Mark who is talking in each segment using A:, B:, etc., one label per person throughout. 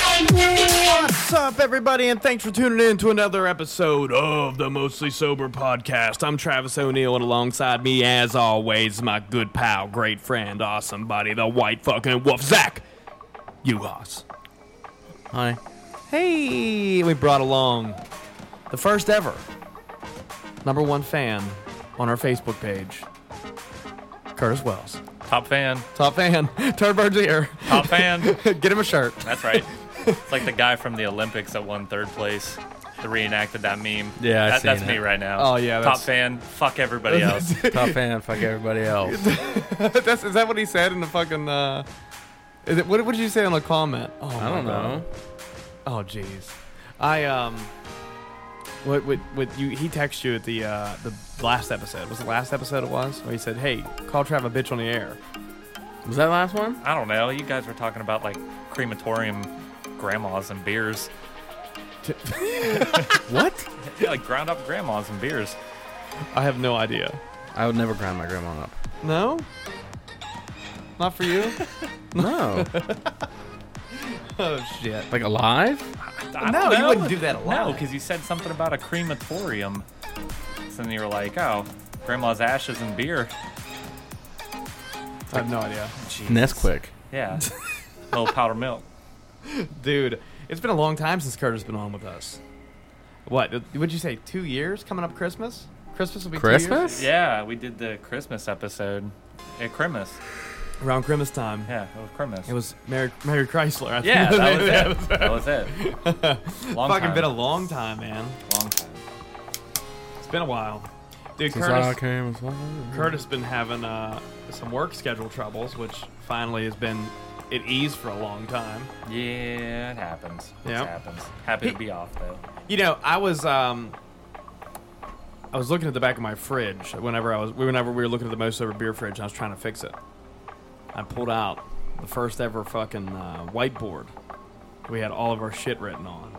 A: What's up, everybody, and thanks for tuning in to another episode of the Mostly Sober Podcast. I'm Travis O'Neill, and alongside me, as always, my good pal, great friend, awesome buddy, the white fucking wolf, Zach Uhas. Hi. Hey, we brought along the first ever number one fan on our Facebook page, Curtis Wells.
B: Top fan.
A: Top fan, Turnbird's ear.
B: Top fan.
A: Get him a shirt.
B: That's right. It's like the guy from the Olympics that won third place. That reenacted that meme.
C: Yeah, I
B: that, that's
C: seen
B: me
C: it.
B: right now.
A: Oh, yeah,
B: top
A: that's-
B: fan. Fuck everybody else.
C: Top fan, fuck everybody else.
A: That's, is that what he said in the fucking? Uh, is it, what, what did you say on the comment? Oh,
C: I don't know.
A: Oh, jeez. I um. What what what you? He texted you at the uh the last episode. Was the last episode it was? Where he said, "Hey, call Trav a bitch on the air."
C: Was that last one?
B: I don't know. You guys were talking about like crematorium grandmas and beers.
A: What?
B: Yeah, like ground up grandmas and beers.
A: I have no idea.
C: I would never grind my grandma up.
A: No. Not for you.
C: No.
A: oh shit.
C: like alive?
B: I
A: No,
B: don't
A: you
B: know.
A: wouldn't do that
B: No,
A: alive.
B: because you said something about a crematorium. So then you were like, oh, grandma's ashes and beer.
A: I have no idea.
C: Nesquik.
B: Yeah. Little powder milk.
A: Dude, it's been a long time since Curtis has been on with us. What? Would you say two years coming up Christmas? Christmas will be Two years?
C: Christmas?
B: Yeah, we did the Christmas episode. At Christmas.
A: around Christmas time.
B: Yeah, it was Christmas.
A: It was Mary, Mary Chrysler. I think.
B: Yeah, that was it. That was it. Long
A: Fucking
B: time.
A: been a long time, man.
B: long time.
A: It's been a while, dude.
C: Since I
A: Curtis,
C: came
A: Curtis been having uh, some work schedule troubles, which finally has been at ease for a long time.
B: Yeah, it happens. It
A: Yeah.
B: happens. Happy to be off though.
A: You know, I was um, I was looking at the back of my fridge whenever I was whenever we were looking at the most sober beer fridge, and I was trying to fix it. I pulled out the first ever fucking uh, whiteboard. We had all of our shit written on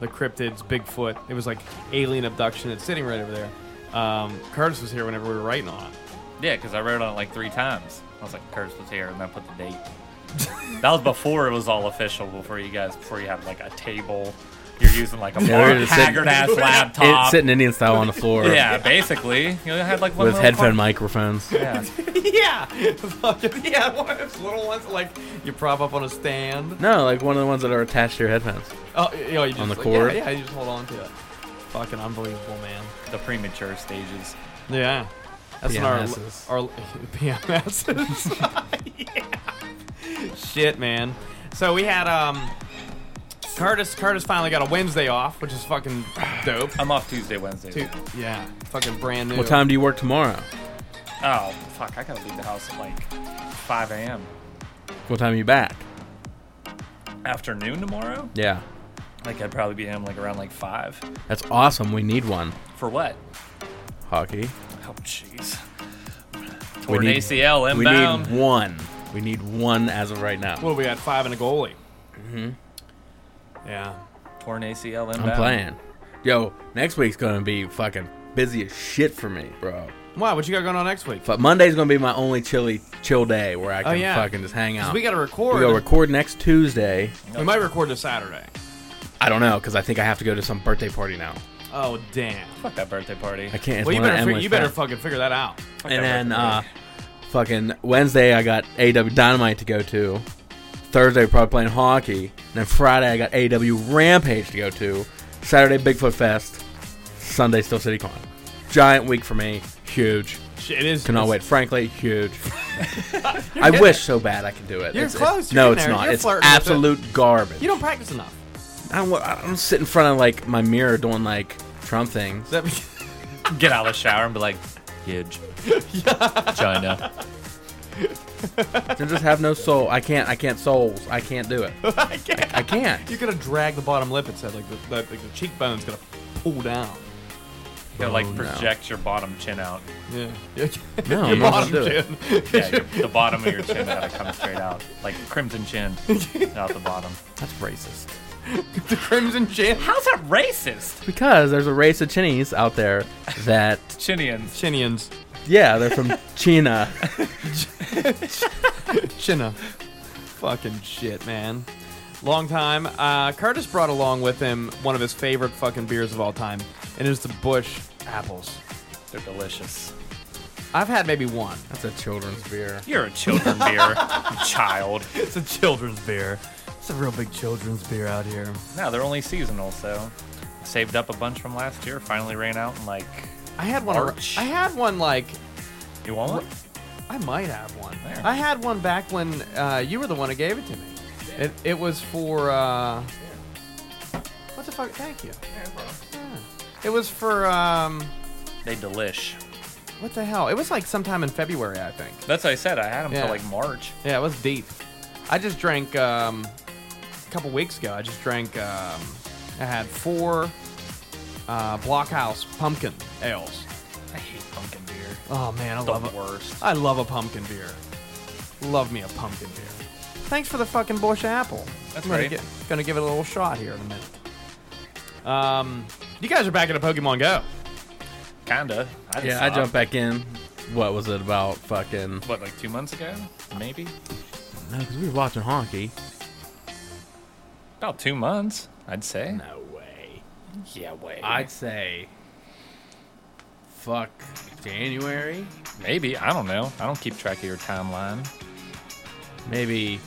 A: the cryptids, Bigfoot. It was like alien abduction. It's sitting right over there. Um, Curtis was here whenever we were writing on it.
B: Yeah, because I wrote on it like three times. I was like, Curtis was here, and I put the date. that was before it was all official. Before you guys, before you had like a table, you're using like a
C: Yeah, we were just sitting-
B: haggard ass laptop.
C: sitting Indian style on the floor.
B: yeah, basically, you know, I had like one
C: With
B: little
C: headphone
B: cart-
C: microphones.
B: Yeah.
A: yeah, fucking yeah. One of those little ones like you prop up on a stand.
C: No, like one of the ones that are attached to your headphones.
A: Oh, you know, you just,
C: On the
A: like,
C: cord?
A: Yeah, yeah, you just hold on to it. Fucking unbelievable, man.
B: the premature stages.
A: Yeah. That's
C: PMSs.
A: our our PMSs. yeah. Shit, man. So we had um Curtis Curtis finally got a Wednesday off, which is fucking dope.
B: I'm off Tuesday, Wednesday.
A: Dude, yeah, fucking brand new.
C: What time do you work tomorrow?
B: Oh fuck, I gotta leave the house at like 5 a.m.
C: What time are you back?
B: Afternoon tomorrow.
C: Yeah.
B: Like I'd probably be home like around like five.
C: That's awesome. We need one.
B: For what?
C: Hockey.
B: Oh jeez.
C: We
B: Torn
C: need,
B: ACL
C: we
B: inbound.
C: need one. We need one as of right now.
A: What do we got? Five and a goalie. Mm-hmm. Yeah.
B: Torn ACL inbound.
C: I'm playing. Yo, next week's gonna be fucking busy as shit for me, bro.
A: Wow, what you got going on next week?
C: But Monday's gonna be my only chilly chill day where I can
A: Oh, yeah.
C: fucking just hang
A: 'Cause
C: out.
A: we gotta
C: We
A: record.
C: go record next Tuesday.
A: We might record this Saturday.
C: I don't know because I think I have to go to some birthday party now.
A: Oh damn.
B: Fuck that birthday party.
C: I can't. it's
A: well, you
C: one of
A: better fig-
C: Emily's
A: you better
C: friends.
A: fucking figure that out.
B: Fuck
C: and
B: that
C: then
B: birthday
C: uh,
B: party.
C: fucking Wednesday I got AW Dynamite to go to. Thursday probably playing hockey. And then Friday I got AW Rampage to go to. Saturday Bigfoot Fest. Sunday Still City Con. Giant week for me. Huge.
A: Shit, it is.
C: Cannot
A: it's-
C: wait. Frankly, huge. I wish so bad I could do it.
A: You're
C: It's-
A: close.
C: it's-
A: You're
C: no,
A: in
C: it's
A: there.
C: not.
A: You're
C: it's
A: flirting with it.
C: absolute garbage.
A: You don't practice enough.
C: I don't. wa- I don't sit in front of like my mirror doing like Trump things.
A: That-
B: get out of the shower and be like, huge. China.
C: I just have no soul. I can't. I can't souls. I can't do it.
A: I can't.
C: I can't.
A: You're gonna drag the bottom lip and said like the, the, like the cheekbone's gonna pull down.
B: Gotta like project your bottom chin out.
A: Yeah. Oh,
C: No,
A: Your
C: I'm not
A: bottom
C: gonna do
A: chin.
C: it.
B: Yeah, your, the bottom of your chin gotta come straight out, like crimson chin, not the bottom.
C: That's racist.
A: the crimson chin.
B: How's that racist?
C: Because there's a race of Chinese out there that,
B: Chinians.
A: Chinians.
C: yeah, they're from China.
A: China. Fucking shit, man. Long time. Uh, Curtis brought along with him one of his favorite fucking beers of all time, and it's the Bush apples.
B: They're delicious.
A: I've had maybe one.
C: That's a children's beer.
B: You're a children beer, you child.
A: It's a children's beer. It's a real big children's beer out here.
B: No, they're only seasonal, so I saved up a bunch from last year. Finally ran out and like,
A: I had one.
B: March.
A: I had one like
B: you want one?
A: I might have one.
B: There.
A: I had one back when uh, you were the one who gave it to me. It, it was for uh, what the fuck? Thank you. Yeah. It was for um,
B: They delish.
A: what the hell? It was like sometime in February, I think.
B: That's what I said. I had them
A: Yeah.
B: till like March.
A: Yeah, it was deep. I just drank um, a couple weeks ago. I just drank. Um, I had four uh, Blockhouse pumpkin ales.
B: I hate pumpkin beer.
A: Oh man, I
B: The
A: love it.
B: worst.
A: I love a pumpkin beer. Love me a pumpkin beer. Thanks for the fucking bush apple.
B: That's
A: I'm gonna
B: right.
A: gi- gonna give it a little shot here in a minute. Um, you guys are back into Pokemon Go.
B: Kinda. I just
C: Yeah, I
B: stopped.
C: jumped back in. What was it about? Fucking.
B: What, like two months ago? Maybe.
C: No, because we were watching hockey.
B: About two months, I'd say.
C: No way.
B: Yeah, wait.
C: I'd say. Fuck. January?
B: Maybe. I don't know. I don't keep track of your timeline.
C: Maybe.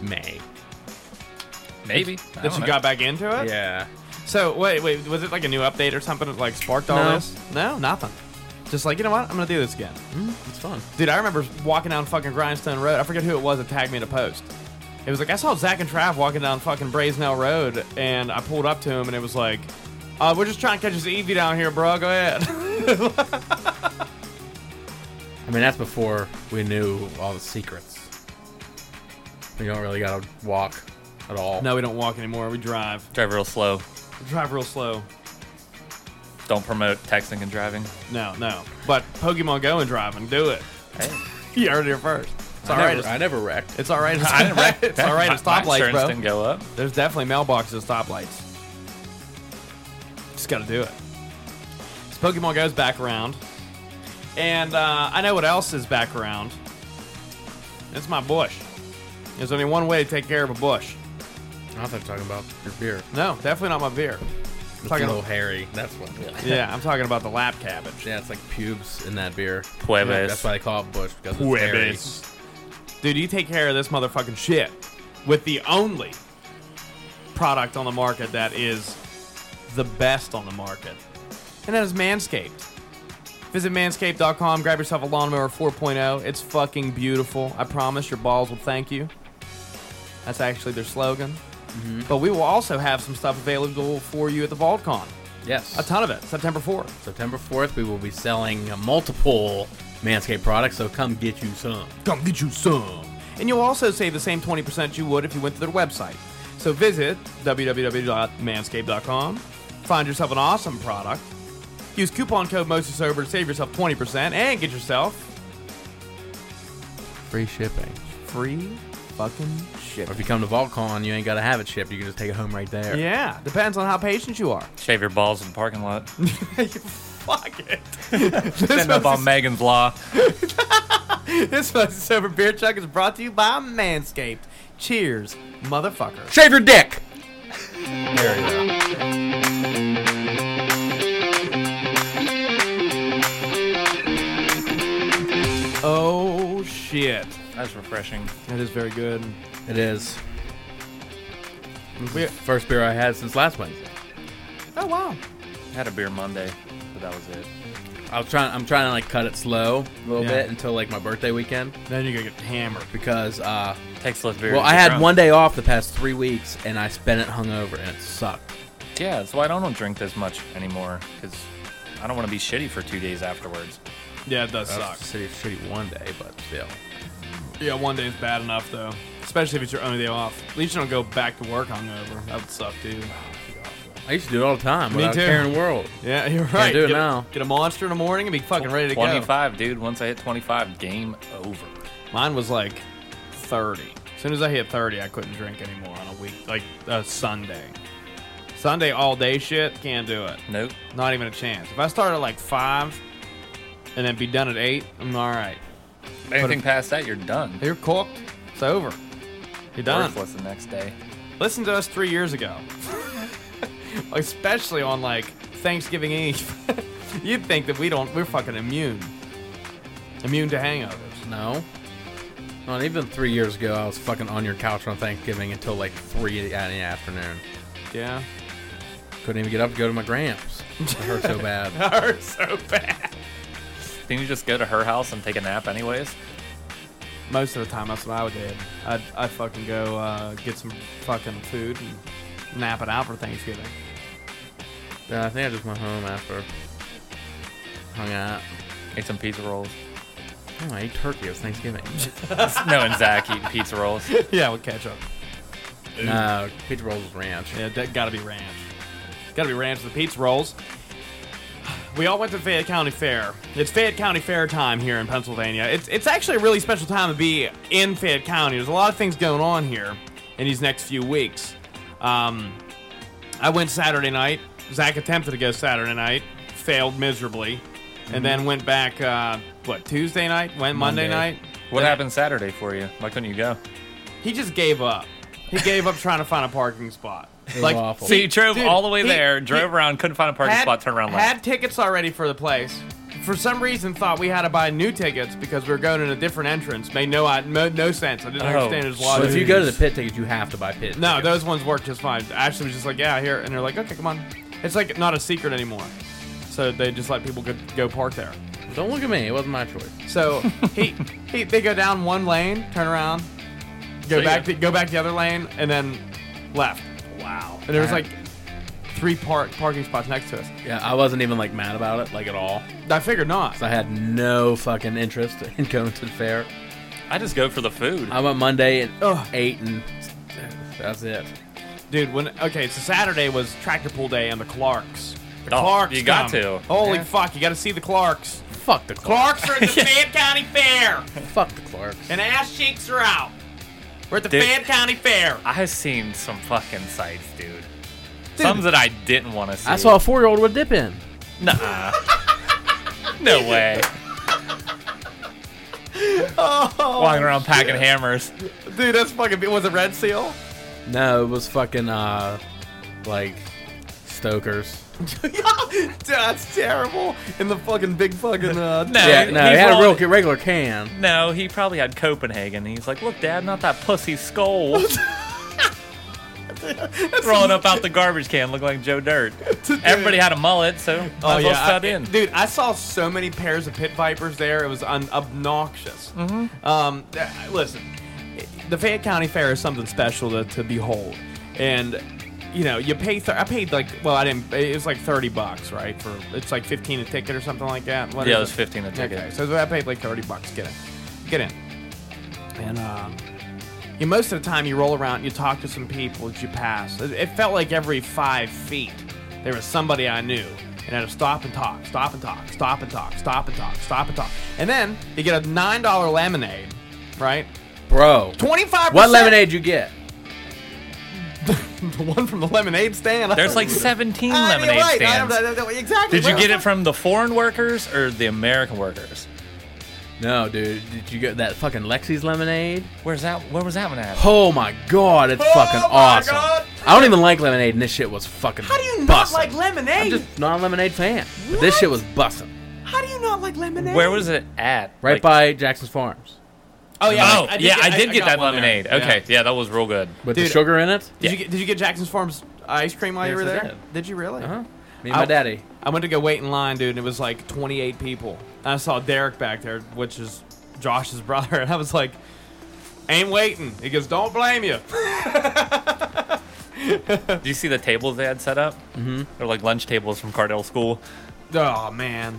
C: May.
B: Maybe. I
A: That
B: don't
A: you
B: know.
A: got back into it.
C: Yeah.
A: So wait, wait, was it like a new update or something that like sparked all
C: No.
A: this? No, nothing. Just like you know what, I'm gonna do this again,
C: It's fun.
A: dude. I remember walking down fucking Grindstone Road. I forget who it was that tagged me in a post. It was like I saw Zach and Trav walking down fucking Brazenell Road, and I pulled up to him, and it was like, uh, "We're just trying to catch this Eevee down here, bro. Go ahead."
C: I mean, that's before we knew all the secrets. We don't really gotta walk at all.
A: No, we don't walk anymore. We drive.
B: Drive real slow.
A: We drive real slow.
B: Don't promote texting and driving.
A: No, no. But Pokemon Go and driving, do it.
B: Hey,
A: You heard it here first. It's all
C: I
A: right.
C: never, I
A: It's-
C: never wrecked.
A: It's all right. It's,
B: I didn't wreck.
A: it's all right.
B: My-
A: It's
B: my
A: stoplights,
B: insurance
A: bro.
B: didn't go up.
A: There's definitely mailboxes, stoplights. Just got to do it. So Pokemon Go's back around, and uh, I know what else is back around. It's my bush. There's only one way to take care of a bush.
C: I thought you were talking about your beer.
A: No, definitely not my beer.
C: It's
A: Talking-
C: a little hairy. That's what. Yeah.
A: Yeah, I'm talking about the lap cabbage.
C: it's like pubes in that beer.
B: Puebes.
C: Yeah, that's why they call it bush because it's hairy.
A: Puebes. Dude, you take care of this motherfucking shit with the only product on the market that is the best on the market, and that is Manscaped. Visit manscaped.com, grab yourself a lawnmower 4.0. It's fucking beautiful. I promise your balls will thank you. That's actually their slogan. But we will also have some stuff available for you at the VaultCon.
C: Yes.
A: A ton of it, September 4th.
C: September 4th, we will be selling uh, multiple Manscaped products, so come get you some.
A: Come get you some. And you'll also save the same 20% you would if you went to their website. So visit www.manscaped.com, find yourself an awesome product, use coupon code MOSESOBER to save yourself 20% and get yourself
C: Free shipping.
A: free fucking shit.
C: Or if you come to VolCon, you ain't gotta have it shipped. You can just take it home right there.
A: Yeah, depends on how patient you are.
B: Shave your balls in the parking lot.
A: Fuck it.
B: Send up on Megan's Law.
A: This Moses Sober Beer Chuck is brought to you by Manscaped. Cheers, motherfucker.
C: Shave your dick.
A: Oh, shit.
B: That's refreshing.
A: That is very good.
C: It is. First beer I had since last Wednesday.
A: oh, wow.
B: I had a beer Monday, but that was it.
C: I was trying. I'm trying to like cut it slow a little
A: Yeah.
C: bit until like my birthday weekend
A: Then you're going to get hammered.
C: because uh,
B: Takes less beer.
C: well,
B: to
C: I
B: get
C: had
B: drunk.
C: one day off the past three weeks and I spent it hungover and it sucked.
B: Yeah, that's why I don't drink this much anymore because I don't want to be shitty for two days afterwards.
A: Yeah, it does suck.
C: City shitty one day, but still.
A: Yeah, one day is bad enough though. Especially if it's your only day off. At least you don't go back to work hungover. That would suck, dude.
C: I used to do it all the time.
A: Me
C: without
A: too.
C: Caring world.
A: Yeah, you're right.
C: do it
A: get,
C: now.
A: Get a monster in the morning and be fucking ready to go.
B: 25, dude. Once I hit 25, game over.
A: Mine was like 30. As soon as I hit 30, I couldn't drink anymore on a week, like a Sunday. Sunday all day shit, can't do it.
B: Nope.
A: Not even a chance. If I start at like 5 and then be done at 8, I'm all right.
B: Anything past that, you're done.
A: You're cooked. It's over. You're done.
B: Worthless the next day.
A: Listen to us three years ago. Especially on like Thanksgiving Eve. You'd think that we don't, we're fucking immune. Immune to hangovers.
C: No. Not even three years ago, I was fucking on your couch on Thanksgiving until like three in the afternoon.
A: Yeah.
C: Couldn't even get up to go to my gramps. It hurt so bad.
A: I hurt so bad.
B: Didn't you just go to her house and take a nap, anyways?
A: Most of the time, that's what I would do. I'd, I'd fucking go uh, get some fucking food and nap it out for Thanksgiving.
C: Yeah, I think I just went home after. Hung out.
B: Ate some pizza rolls.
C: Oh, I ate turkey. It was Thanksgiving.
B: no, and Zach eating pizza rolls.
A: yeah, with ketchup.
C: no, pizza rolls with ranch.
A: Yeah, that gotta be ranch. Gotta be ranch with the pizza rolls. We all went to Fayette County Fair. It's Fayette County Fair time here in Pennsylvania. It's it's actually a really special time to be in Fayette County. There's a lot of things going on here in these next few weeks. Um, I went Saturday night. Zach attempted to go Saturday night, failed miserably,
C: Mm-hmm.
A: and then went back. Uh, what Tuesday night? Went Monday, night.
C: Monday.
B: What happened Saturday for you? Why couldn't you go?
A: He just gave up. He gave up trying to find a parking spot.
C: was awful.
B: So you drove
A: dude,
B: all the way
A: he-
B: there,
A: he-
B: drove around, couldn't find a parking
A: had,
B: spot, turn around
A: had
B: left.
A: tickets already for the place. For some reason, thought we had to buy new tickets because we were going in a different entrance. Made no i- no, no sense. I didn't
B: Oh,
A: understand his
C: But
A: logic.
C: if you go to the pit tickets, you have to buy pit.
A: no,
C: tickets.
A: those ones worked just fine. Ashley was just like, "Yeah, here," and they're like, "Okay, come on." It's like not a secret anymore. So they just let people go, go park there.
C: Don't look at me. It wasn't my choice.
A: So he, he they go down one lane, turn around, go
B: See
A: back
B: ya.
A: the, go back the other lane, and then left.
B: Wow.
A: And there was like three park parking spots next to us.
C: Yeah, I wasn't even like mad about it, like at all.
A: I figured not.
C: 'Cause I had no fucking interest in going to the fair.
B: I just go for the food.
C: I went Monday at
A: Ugh.
C: eight, and that's it.
A: Dude, when okay, so Saturday was tractor pull day and the Clarks. The
B: Oh,
A: Clarks.
B: you got
A: come.
B: to.
A: Holy
C: Yeah.
A: fuck, you got to see the Clarks.
C: Fuck the Clark.
A: Clarks are at the Fayette County Fair,
C: Fuck the Clarks.
A: and ass cheeks are out. We're at the
B: Dude.
A: Fayette County Fair.
B: I've seen some fucking sights, dude. Some that I didn't want to see.
C: I saw a four-year-old with dip in.
B: Nuh-uh. no way.
A: Oh.
B: Walking around packing hammers.
A: Dude, that's fucking. Was it Red Seal?
C: No, it was fucking uh, like Stokers.
A: Dude, that's terrible. In the fucking big fucking. Uh,
B: No,
C: Yeah, no,
B: he
C: he had a
B: rolled-
C: real regular can.
B: No, he probably had Copenhagen. He's like, look, Dad, not that pussy skull. Throwing up out the garbage can, looking like Joe Dirt. Everybody had a mullet, so might
A: Oh
B: as well
A: yeah,
B: set
A: I-
B: in.
A: dude! I saw so many pairs of pit vipers there; it was un- obnoxious.
B: Mm-hmm.
A: Um, uh, listen, the Fayette County Fair is something special to, to behold, and you know, you pay. Th- I paid like, well, I didn't. It was like thirty bucks, right? For it's like fifteen a ticket or something like that. What
B: Yeah,
A: is
B: it was 15 a ticket.
A: Okay, so I paid like thirty bucks. Get in, get in, and um, you most of the time you roll around, you talk to some people that you pass. It, it felt like every five feet there was somebody I knew, and I had to stop and talk, stop and talk, stop and talk, stop and talk, stop and talk, and then you get a nine dollar lemonade, right?
C: Bro,
A: Twenty five.
C: what lemonade you get?
A: The one from the lemonade stand.
B: There's like 17
A: I mean,
B: lemonade
A: Ah, right, I don't-
B: stands.
A: I don't- exactly.
B: Did you
A: Where-
B: get it from the foreign workers or the American workers?
C: No, dude, did you get that fucking Lexi's lemonade?
B: Where's that? Where was that one at?
C: Oh my god, it's fucking
A: my
C: awesome.
A: God.
C: I don't even like lemonade, and this shit was fucking.
A: How do you not
C: bussin'.
A: like lemonade?
C: I'm just not a lemonade fan. But this shit was busting
A: How do you not like lemonade?
B: Where was it at?
C: right
B: Like-
C: by Jackson's Farms
A: Oh yeah,
B: Oh, yeah, I did get
A: got
B: that
A: one there.
B: lemonade.
A: Yeah.
B: Okay, yeah, that was real good.
C: with
A: Dude,
C: the sugar in it.
A: Did you get, did you get Jackson's Farms ice cream while you
C: Yes,
A: were
C: I
A: there?
C: did.
A: you really?
B: Uh-huh.
C: Huh? Uh-huh. Me and my
A: I-
C: daddy.
A: I went to go wait in line, dude, and it was like 28 people. And I saw Derek back there, which is Josh's brother, and I was like, "Ain't waiting." He goes, "Don't blame you."
B: Did you see the tables they had set up? Mm-hmm. They're like lunch tables from Cardell School.
A: Oh man,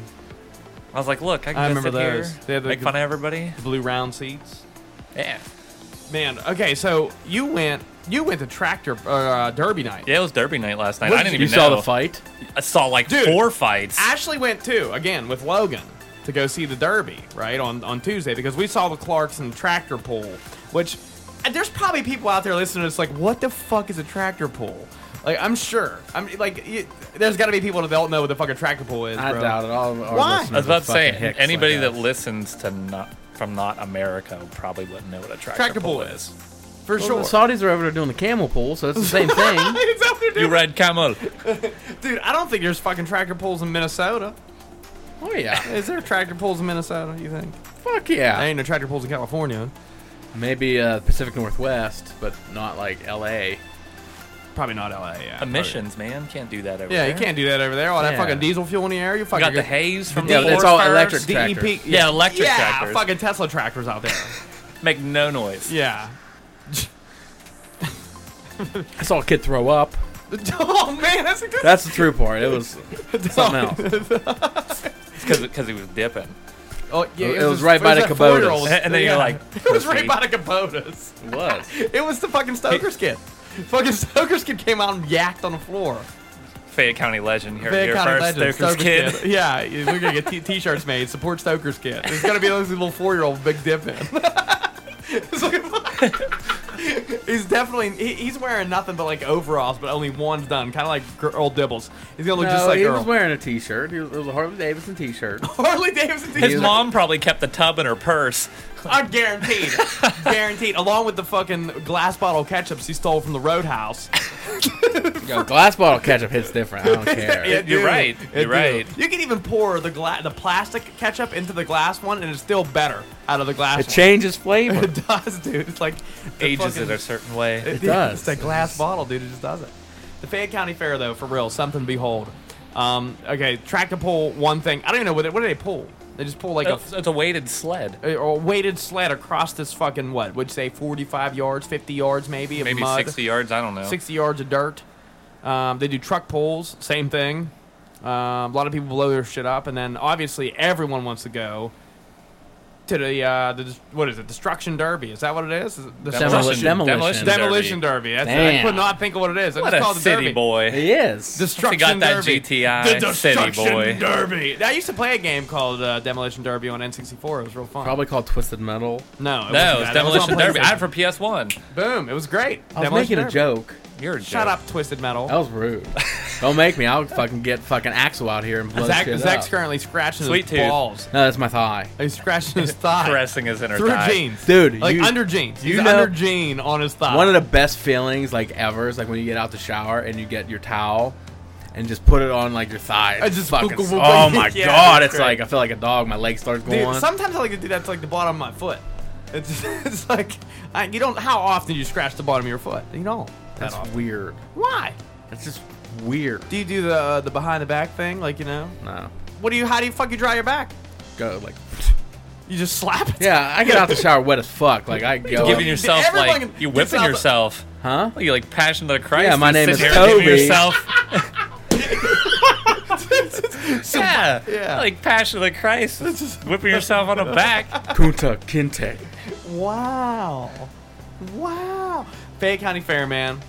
B: I was like, look, I can
A: I
B: just
A: remember
B: sit
A: those. They
B: here,
A: had the-
B: make fun of everybody.
A: blue round seats.
B: Yeah.
A: Man, okay, so you went you went to tractor uh, derby night.
B: Yeah, it was Derby night last night.
A: What
B: I
A: did
B: didn't
C: You
B: even
C: saw
B: know.
C: the fight?
B: I saw like
A: Dude.
B: four fights.
A: Ashley went too again with Logan to go see the derby right on on Tuesday because we saw the Clarkson tractor pull, which and there's probably people out there listening. It's like, what the fuck is a tractor pull? Like I'm sure, I'm like, you, there's got to be people that don't know what the fuck a tractor pull is.
C: I
A: bro.
C: doubt it. All of our
A: Why?
C: listeners
B: I was about
C: are
B: to say
C: fucking hicks
B: anybody
C: like
B: that listens to not from not America probably wouldn't know what a tractor,
A: Tractor
B: pull
A: pull
B: is.
A: is for
C: Well,
A: sure.
C: The Saudis are over there doing the camel pull, so it's the same thing.
A: Is that what they're
B: You
A: doing?
B: read Camel.
A: Dude, I don't think there's fucking tractor pulls in Minnesota.
C: oh yeah,
A: Is there tractor pulls in Minnesota? You think?
C: fuck
A: I
C: yeah.
A: ain't no tractor pulls in California.
C: Maybe uh, Pacific Northwest, but not like L.A.
A: Probably not LA. Yeah.
B: Emissions, man, can't do that over
A: Yeah,
B: there.
A: you can't do that over there. All that
C: Yeah.
A: fucking diesel fuel in the air. You
B: You
A: fucking
B: got the
A: good-
B: haze from
C: Yeah,
B: the
C: but it's all
B: forest fires.
C: electric.
A: DEP.
C: tractors.
B: Yeah, electric
A: yeah,
B: tractors.
A: fucking Tesla tractors out there.
B: Make no noise.
A: yeah.
C: I saw a kid throw up.
A: oh man, that's a good.
C: That's the true part. It was something else.
B: because he was dipping.
A: Oh, yeah,
C: It was right by the
A: that
C: Kubotas.
A: four-year-old.
B: And then you're like,
A: it was right
B: "Pussy."
A: by the Kubotas.
C: It was.
A: It was the fucking Stoker's kid. Fucking Stoker's kid came out and yacked on the floor.
B: Fayette County legend here,
A: Fayette
B: here
A: County
B: first.
A: legend,
B: Stoker's kid.
A: Yeah, we're gonna get t- t-shirts made. Support Stoker's kid. It's gonna be those little four-year-old big dip in. It's like- he's definitely he, he's wearing nothing but like overalls, but only one's done, kind of like girl dibbles. He's gonna look
C: No,
A: just like
C: he
A: girl.
C: was wearing a T-shirt. He was, it was a Harley Davidson T-shirt.
A: Harley Davidson.
B: His
A: t-shirt.
B: mom probably kept the tub in her purse.
A: I'm guaranteed, guaranteed. Along with the fucking glass bottle ketchups he stole from the roadhouse.
C: Yo, glass bottle ketchup hits different. I don't care.
A: It
B: You're
A: do.
B: right.
A: It
B: You're
A: do.
B: right.
A: You can even pour the gla- the plastic ketchup into the glass one, and it's still better out of the glass.
C: It
A: one.
C: changes flavor.
A: It does, dude. It's like the
B: Ages
A: fucking-
B: it a certain way.
A: It
C: does.
A: It's a glass bottle, dude. It just does it. The Fayette County Fair, though, for real, something to behold. Um, okay, tractor pull. One thing I don't even know what they, what do they pull. They just pull like a,
B: It's, it's a weighted sled.
A: a, or a weighted sled across this fucking what? Would you say forty-five yards, fifty yards, maybe of
B: Maybe
A: mud,
B: 60 yards. I don't know.
A: 60 yards of dirt. Um, they do truck pulls, same thing. Um, a lot of people blow their shit up, and then obviously everyone wants to go to the uh, the what is it? Destruction Derby? Is that what it is? is it the
C: Demolition- demolition.
A: Demolition Derby. That's I
C: Damn.
A: could not think of what it is. I
B: What
A: just
B: a
A: called it
B: city
A: Derby.
B: boy.
C: He is.
A: Destruction
B: got that
A: Derby.
B: GTI
A: The
B: city
A: Destruction
B: boy.
A: Derby. I used to play a game called uh, Demolition Derby on N64. It was real fun.
C: Probably called Twisted Metal.
A: no. It
B: No, it's
A: wasn't that. It was on
B: Demolition Derby. I had
A: PlayStation.
B: it for PS1.
A: Boom! It was great.
C: I was
A: Demolition
C: making a
A: Derby.
C: joke.
B: You're a
A: Shut
B: joke.
A: up, Twisted Metal.
C: That was rude. Don't make me. I'll fucking get fucking Axel out here and blow
A: Zach,
C: shit
A: Zach's
C: up.
A: currently scratching
B: Sweet
A: his
B: tooth.
A: balls.
C: No, that's my thigh.
A: He's scratching his thigh
B: Caressing his inner
A: through
B: thigh.
A: jeans,
C: Dude,
A: Like
C: you-
A: under jeans.
C: you
A: He's
C: know-
A: under jean on his thigh.
C: One of the best feelings like ever is like when you get out the shower and you get your towel and just put it on like your thigh.
A: It's just
C: fucking.
A: boop, boop, boop,
C: oh
A: boop.
C: my
A: Yeah,
C: god!
A: that's
C: It's
A: great.
C: like I feel like a dog. My leg starts going.
A: Dude, sometimes I like to do that to like the bottom of my foot. It's, it's like I, you don't. How often do you scratch the bottom of your foot? You don't.
C: that's weird.
A: Why?
C: That's just weird.
A: Do you do the uh, the behind the back thing? Like you know,
C: No,
A: what do you? How do you fuck you dry your back?
C: go like.
A: You just slap it.
C: Yeah, I get out the shower wet as fuck. Like I go.
B: Giving yourself
A: Everyone
B: like you
A: gets
B: whipping
A: out the-
B: yourself.
C: huh?
B: Like, You're like passion to the Christ.
C: Yeah, my
B: You
C: name
B: sit
C: is
B: here giving
C: Toby.
B: Yourself. yeah,
A: yeah.
B: Like passion to the Christ, just whipping yourself on the back.
C: Kunta Kinte.
A: Wow. Wow. Fayette County Fair, man.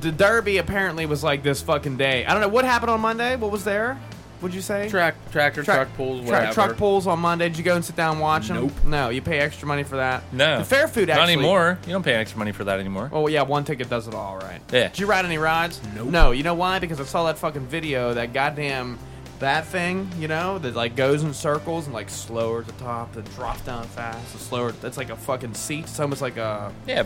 A: The Derby apparently was like this fucking day. I don't know what happened on Monday. What was there? Would you say?
C: Track, tractor,
A: Tra-
C: truck pulls,
A: tra-
C: whatever.
A: truck pulls on Monday. Did you go and sit down and watch them?
C: Nope.
A: No, you pay extra money for that.
B: No,
A: The fair food
B: Not
A: actually.
B: anymore. You don't pay extra money for that anymore.
A: Oh yeah, one ticket does it all, right?
B: Yeah.
A: Did you ride any rides?
C: Nope.
A: No. You know why? Because I saw that fucking video, that goddamn, that thing, you know, that like goes in circles and like slower at the top, then drops down fast, and slower. That's like a fucking seat. It's almost like a
B: Yeah,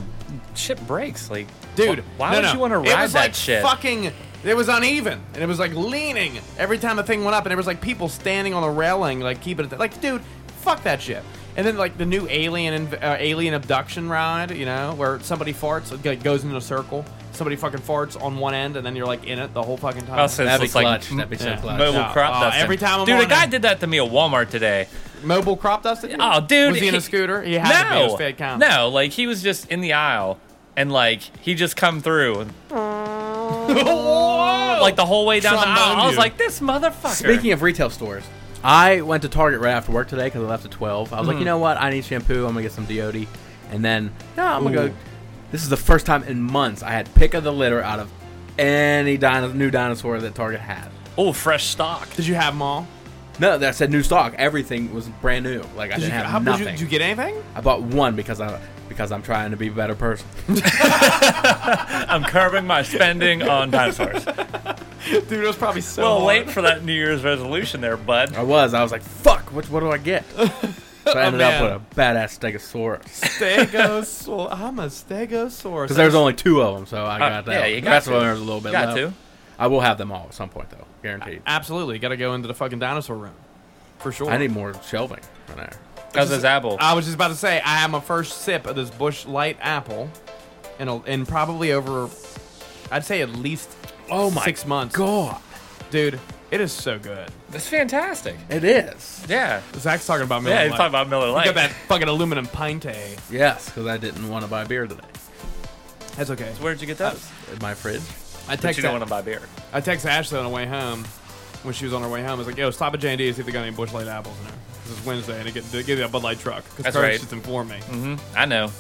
B: shit breaks. Like,
A: dude.
B: wh- why
A: no,
B: would
A: no.
B: you want to
A: It
B: ride
A: was
B: that
A: like
B: shit?
A: Fucking, it was uneven, and it was like leaning every time the thing went up, and there was like people standing on the railing, like keeping it. Like, dude, fuck that shit. And then like the new alien inv- uh, alien abduction ride, you know, where somebody farts, it like, goes in a circle. Somebody fucking farts on one end, and then you're like in it the whole fucking time.
B: Also,
C: That'd
B: Oh,
C: be
B: it's like
C: clutch. That'd be so
A: yeah.
C: clutch.
B: mobile
A: No.
B: crop
A: Oh,
B: dusting.
A: every time I'm
B: dude,
A: on
B: a guy
A: there.
B: did that to me at Walmart today.
A: Mobile crop dusted. you?
B: Oh, dude,
A: was he in a scooter? He had to be. It was
B: no,
A: Fed County.
B: no, like he was just in the aisle, and like he just come through, and, like the whole way down the
A: Trombone
B: aisle. I was
A: you.
B: like, this motherfucker.
C: Speaking of retail stores,
A: Mm-hmm.
C: I went to Target right after work today because I left at 12. I was like, you know what? I need shampoo. I'm going to get some DOD. And then, no, I'm going to go. This is the first time in months I had pick of the litter out of any dino- new dinosaur that Target had.
B: Oh, fresh stock.
A: Did you have them all?
C: No, that said new stock. Everything was brand new. Like I
A: Did
C: didn't
A: you,
C: have
A: how, did,
C: nothing.
A: you, did you get anything?
C: I bought one because I because I'm trying to be a better person.
B: I'm curbing my spending on dinosaurs.
A: Dude, it was probably so.
B: Well,
A: hard.
B: late for that New Year's resolution there, bud.
A: Oh,
C: I was. I was like, fuck. What what do I get? So I ended
A: Oh, man.
C: up with a badass Stegosaurus
A: Stegosaurus. I'm a Stegosaurus.
C: because there's only two of them. So
A: Uh,
C: I got that.
B: yeah,
C: one.
B: you got
C: That's
B: to.
C: why there's a little bit.
B: Got
C: left.
B: to.
C: I will have them all at some point though, guaranteed.
A: Absolutely, got to go into the fucking dinosaur room for sure.
C: I need more shelving. Right there.
B: How's his apple?
A: I was just about to say I am a first sip of this Bush Light apple, and and probably over, I'd say at least
C: Oh my
A: six months.
C: God,
A: Dude, it is so good.
B: That's fantastic.
C: it is.
B: Yeah.
A: Zach's talking about Miller
B: Yeah, he's
A: Lite.
B: talking about Miller
A: You
B: Lite.
A: got that fucking aluminum eh? pinte.
C: Yes, because I didn't want to buy beer today.
A: That's okay.
B: Where'd you get
A: Uh,
B: those?
C: In my fridge.
A: I
B: But
A: text
B: you don't want to buy beer.
A: I text Ashley on the way home when she was on her way home. I was like, "Yo, stop at J and D see if they got any Bush Light apples in there." 'Cause It's Wednesday, and they get they give you a Bud Light truck. Because
B: That's
A: Curtis
B: right.
A: just informed me.
B: I know.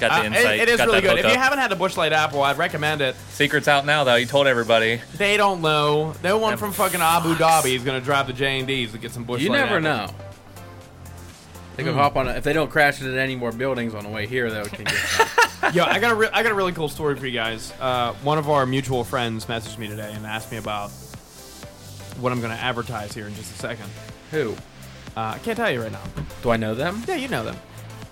B: Got the
A: Uh,
B: insight.
A: it- it is
B: Got
A: really
B: that
A: good. If you
B: hookup.
A: haven't had a Bush Light apple, I'd recommend it.
B: Secret's out now, though. You told everybody. Oh,
A: They don't know. No one from fucking Abu Dhabi is gonna drive the J and D's to get some Bush
C: You
A: Light
C: never
A: apples.
C: know. They could hop on. A, if they don't crash into any more buildings on the way here, though, it can get.
A: Yo, I got a re- I got a really cool story for you guys. Uh, one of our mutual friends messaged me today and asked me about what I'm gonna advertise here in just a second.
C: Who?
A: Uh, I can't tell you right now.
C: Do I know them?
A: Yeah, you know them.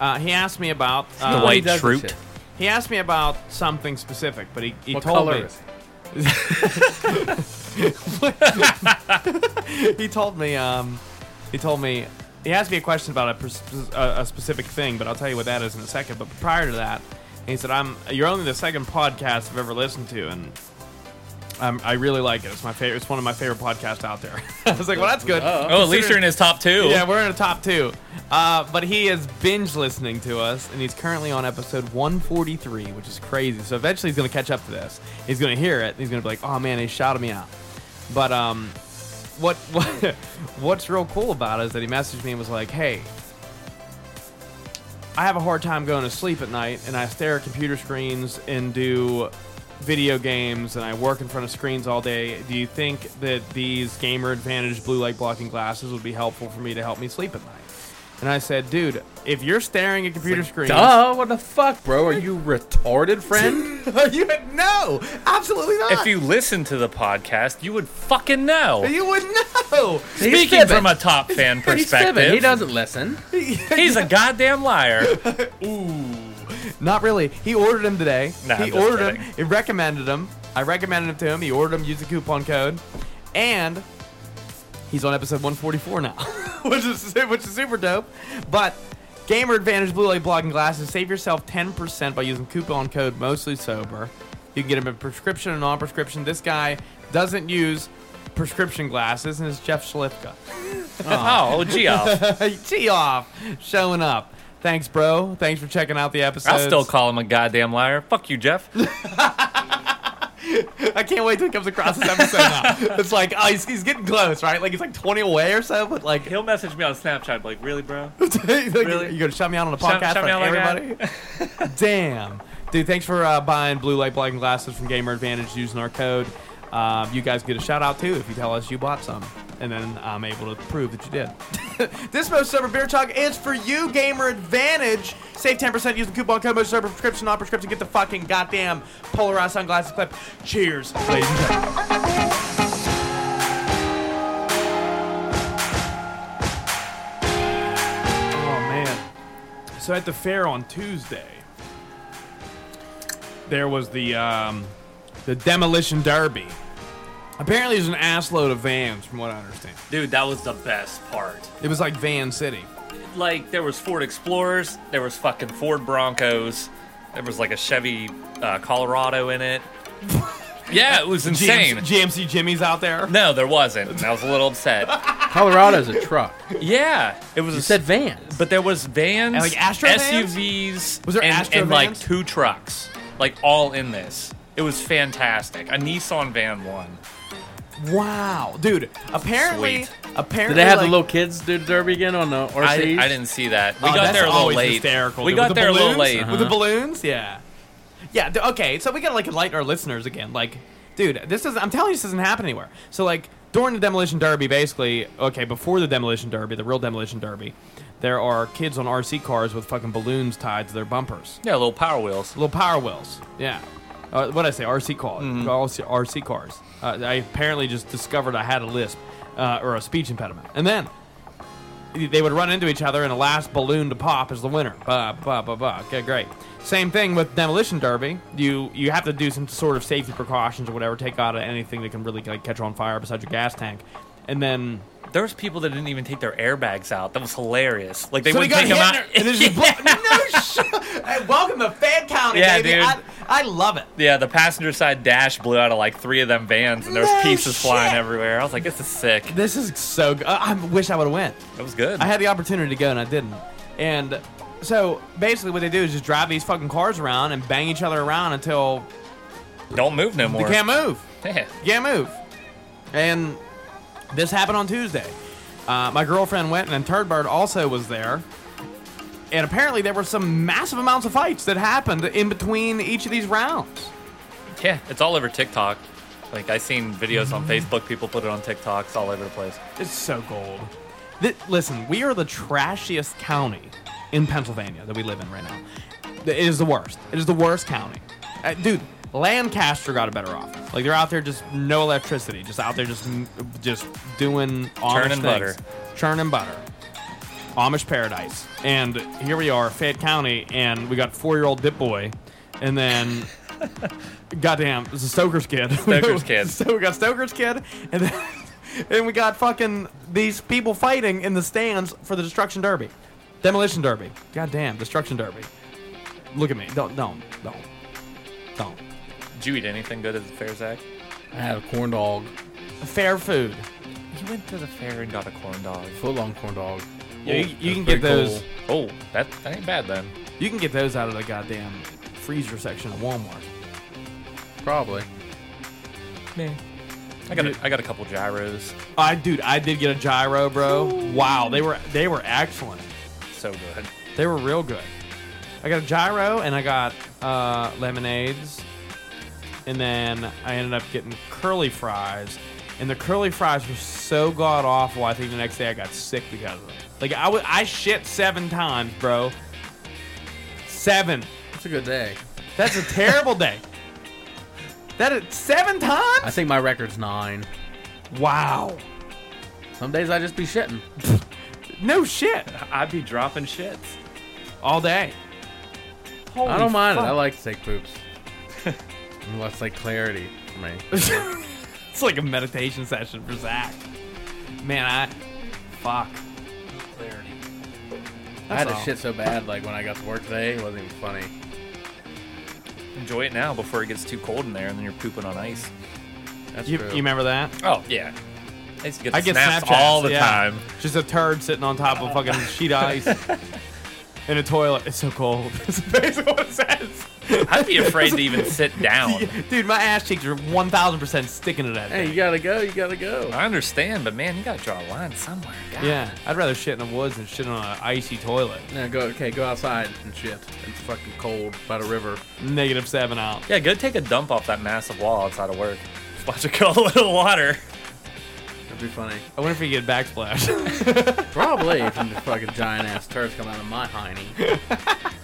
A: Uh, he asked me about uh,
B: The white
C: does this
B: troop.
C: shit?
A: He asked me about something specific, but he, he
C: What
A: told
C: color
A: me
C: is it?
A: he told me um he told me he asked me a question about a, pers- a, a specific thing, but I'll tell you what that is in a second. But prior to that, he said, "I'm you're only the second podcast I've ever listened to, and um, I really like it. It's my favorite. It's one of my favorite podcasts out there." I was like, "Well, that's good."
B: Oh, at least you're in his top two.
A: Yeah, we're in the top two. Uh, but he is binge listening to us, and he's currently on episode 143, which is crazy. So eventually he's going to catch up to this. He's going to hear it. and He's going to be like, oh man, he shouted me out. But um, what, what what's real cool about it is that he messaged me and was like, hey, I have a hard time going to sleep at night, and I stare at computer screens and do video games, and I work in front of screens all day. Do you think that these gamer advantage blue light blocking glasses would be helpful for me to help me sleep at night? And I said, dude, if you're staring at computer screens,
C: Duh! What the fuck, bro? Are you retarded, friend?
A: you no, absolutely not.
B: If you listen to the podcast, you would fucking know.
A: you would know.
C: He's
B: Speaking from
C: fibbing.
B: a top fan
C: He's fibbing. He
B: perspective,
C: doesn't listen.
B: he's a goddamn liar.
A: Not really. He ordered him today.
B: Nah,
A: he
B: I'm just
A: ordered him.
B: kidding.
A: He recommended him. I recommended him to him. He ordered him. Used the coupon code, and he's on episode 144 now, which is which is super dope. But gamer advantage blue light blocking glasses. Save yourself 10% by using coupon code mostly sober. You can get him in prescription and non-prescription. This guy doesn't use prescription glasses, and it's Jeff Schlifka.
B: Oh, gee, I'll
A: Tee off, showing up. Thanks, bro. Thanks for checking out the episode.
B: I'll still call him a goddamn liar. Fuck you, Jeff.
A: I can't wait till he comes across this episode now. It's like, oh, he's, he's getting close, right? Like, he's like 20 away or so, but like,
B: He'll message me on Snapchat like, really, bro?
A: like, you going to shut me out on the
B: Shut-
A: podcast
B: shut me
A: for
B: out like that?
A: everybody? Damn. Dude, thanks for uh, buying blue light blocking glasses from Gamer Advantage using our code. Um, you guys get a shout out too if you tell us you bought some, and then I'm able to prove that you did. this most sober beer talk is for you, Gamer Advantage. Save 10% using coupon code most sober prescription non prescription. Get the fucking goddamn polarized sunglasses clip. Cheers, Oh, ladies and gentlemen. Oh man. So at the fair on Tuesday, there was the um, the demolition derby. Apparently, there's an assload of vans, from what I understand.
B: Dude, that was the best part.
A: It was like Van City.
B: Like, there was Ford Explorers, there was fucking Ford Broncos, there was like a Chevy uh, Colorado in it. Yeah, it was insane.
A: GMC Jimmy's out there.
B: No, there wasn't. and I was a little upset.
C: Colorado's a truck.
B: Yeah, it was.
C: You
B: a
C: said vans.
B: But there was vans,
A: And, like, Astro vans?
B: SUVs,
A: Was there
B: and,
A: Astro
B: and like
A: vans?
B: two trucks, like all in this. It was fantastic. A Nissan van won.
A: Wow, dude. Apparently,
B: Sweet.
A: apparently,
C: Did they have
A: like,
C: the little kids do derby again on the RCs?
B: I, I didn't see that. We
A: Oh,
B: got
A: that's
B: there a little
A: always
B: late.
A: hysterical,
B: we
A: dude.
B: got
A: With the
B: there a little
A: balloons? Uh-huh.
B: late. Uh-huh.
A: with the balloons. Yeah, yeah. d- Okay, so we gotta like enlighten our listeners again. Like, dude, this is. I'm telling you, this doesn't happen anywhere. So like during the demolition derby, basically, okay, before the demolition derby, the real demolition derby, there are kids on RC cars with fucking balloons tied to their bumpers,
B: Yeah, little power wheels.
A: little power wheels. Yeah. Uh, what I say? RC car, RC, RC cars. Uh, I apparently just discovered I had a lisp uh, or a speech impediment, and then they would run into each other, and the last balloon to pop is the winner. Bah, bah, bah, bah. Okay, great. Same thing with demolition derby. You you have to do some sort of safety precautions or whatever. Take out anything that can really like catch on fire besides your gas tank, and then
B: There was people that didn't even take their airbags out. That was hilarious. Like they
A: so they got
B: wouldn't take
A: hit
B: them
A: in
B: out.
A: there, and there's just blo- no shit. Hey, welcome to Fan County,
B: Yeah,
A: baby.
B: dude.
A: I, I love it.
B: yeah, the passenger side dash blew out of like three of them vans, and there was
A: No
B: pieces flying
A: shit.
B: everywhere. I was like, this is sick.
A: This is so good. I I wish I would have went.
B: That was good.
A: I had the opportunity to go and I didn't. And so basically, what they do is just drive these fucking cars around and bang each other around until
B: Don't move no more.
A: they can't move.
B: Yeah.
A: Yeah, move. And this happened on Tuesday. Uh, my girlfriend went, and then Birdbird also was there. And apparently, there were some massive amounts of fights that happened in between each of these rounds.
B: Yeah, it's all over TikTok. Like I seen videos on Facebook, people put it on TikTok. It's all over the place.
A: It's so gold. Th- listen, we are the trashiest county in Pennsylvania that we live in right now. It is the worst. It is the worst county. Uh, dude, Lancaster got a better office. Like they're out there just no electricity, just out there just just doing Amish
B: Churning
A: things.
B: butter.
A: churning butter, Amish paradise. And here we are, Fayette County, and we got four-year-old dip boy, and then. Goddamn, it's a Stoker's kid.
B: Stoker's kid.
A: So we got Stoker's kid, and then and we got fucking these people fighting in the stands for the destruction derby, demolition derby. Goddamn, destruction derby. Look at me. Don't, don't, don't, don't.
B: Did you eat anything good at the fair, Zach?
C: I had a corn dog,
A: Fair food.
B: You went to the fair and got a corn dog.
C: foot long corn dog.
A: Yeah, you, you
C: That's
A: can get
C: pretty
A: those.
C: cool.
B: Oh, that, that ain't bad then.
A: You can get those out of the goddamn freezer section of Walmart.
C: Probably.
B: I got a, I got a couple gyros.
A: I dude, I did get a gyro, bro. Wow, they were they were excellent.
B: So good.
A: They were real good. I got a gyro and I got uh, lemonades, and then I ended up getting curly fries, and the curly fries were so god awful. I think the next day I got sick because of them. Like I wa- I shit seven times, bro. Seven.
C: It's a good day.
A: That's a terrible day. That is seven times.
C: I think my record's nine.
A: Wow.
C: Some days I just be shitting.
A: No shit.
B: I'd be dropping shits.
A: All day.
C: I don't mind it. I
A: fuck.
C: like to take poops. Unless like clarity for me.
A: It's like a meditation session for Zach. Man, I fuck.
C: I had to
A: all.
C: shit so bad like when I got to work today, it wasn't even funny.
B: Enjoy it now before it gets too cold in there and then you're pooping on ice.
C: That's
A: You,
C: true.
A: you remember that?
B: Oh, yeah. I used to get,
A: I get
B: snaps
A: Snapchats
B: all the
A: yeah.
B: time.
A: Just a turd sitting on top of fucking sheet ice in a toilet. It's so cold. That's basically what it says.
B: I'd be afraid to even sit down.
A: Dude, my ass cheeks are 1,000% sticking to that.
C: hey,
A: thing.
C: you gotta go, you gotta go.
B: I understand, but man, you gotta draw a line somewhere. God.
A: Yeah, I'd rather shit in the woods than shit on an icy toilet.
C: Now go okay, go outside and shit. It's fucking cold by the river.
A: Negative seven out.
B: Yeah, go take a dump off that massive wall outside of work. Watch it go a little water.
C: That'd be funny.
A: I wonder if we get backsplash.
C: Probably from the fucking giant ass turds coming out of my hiney.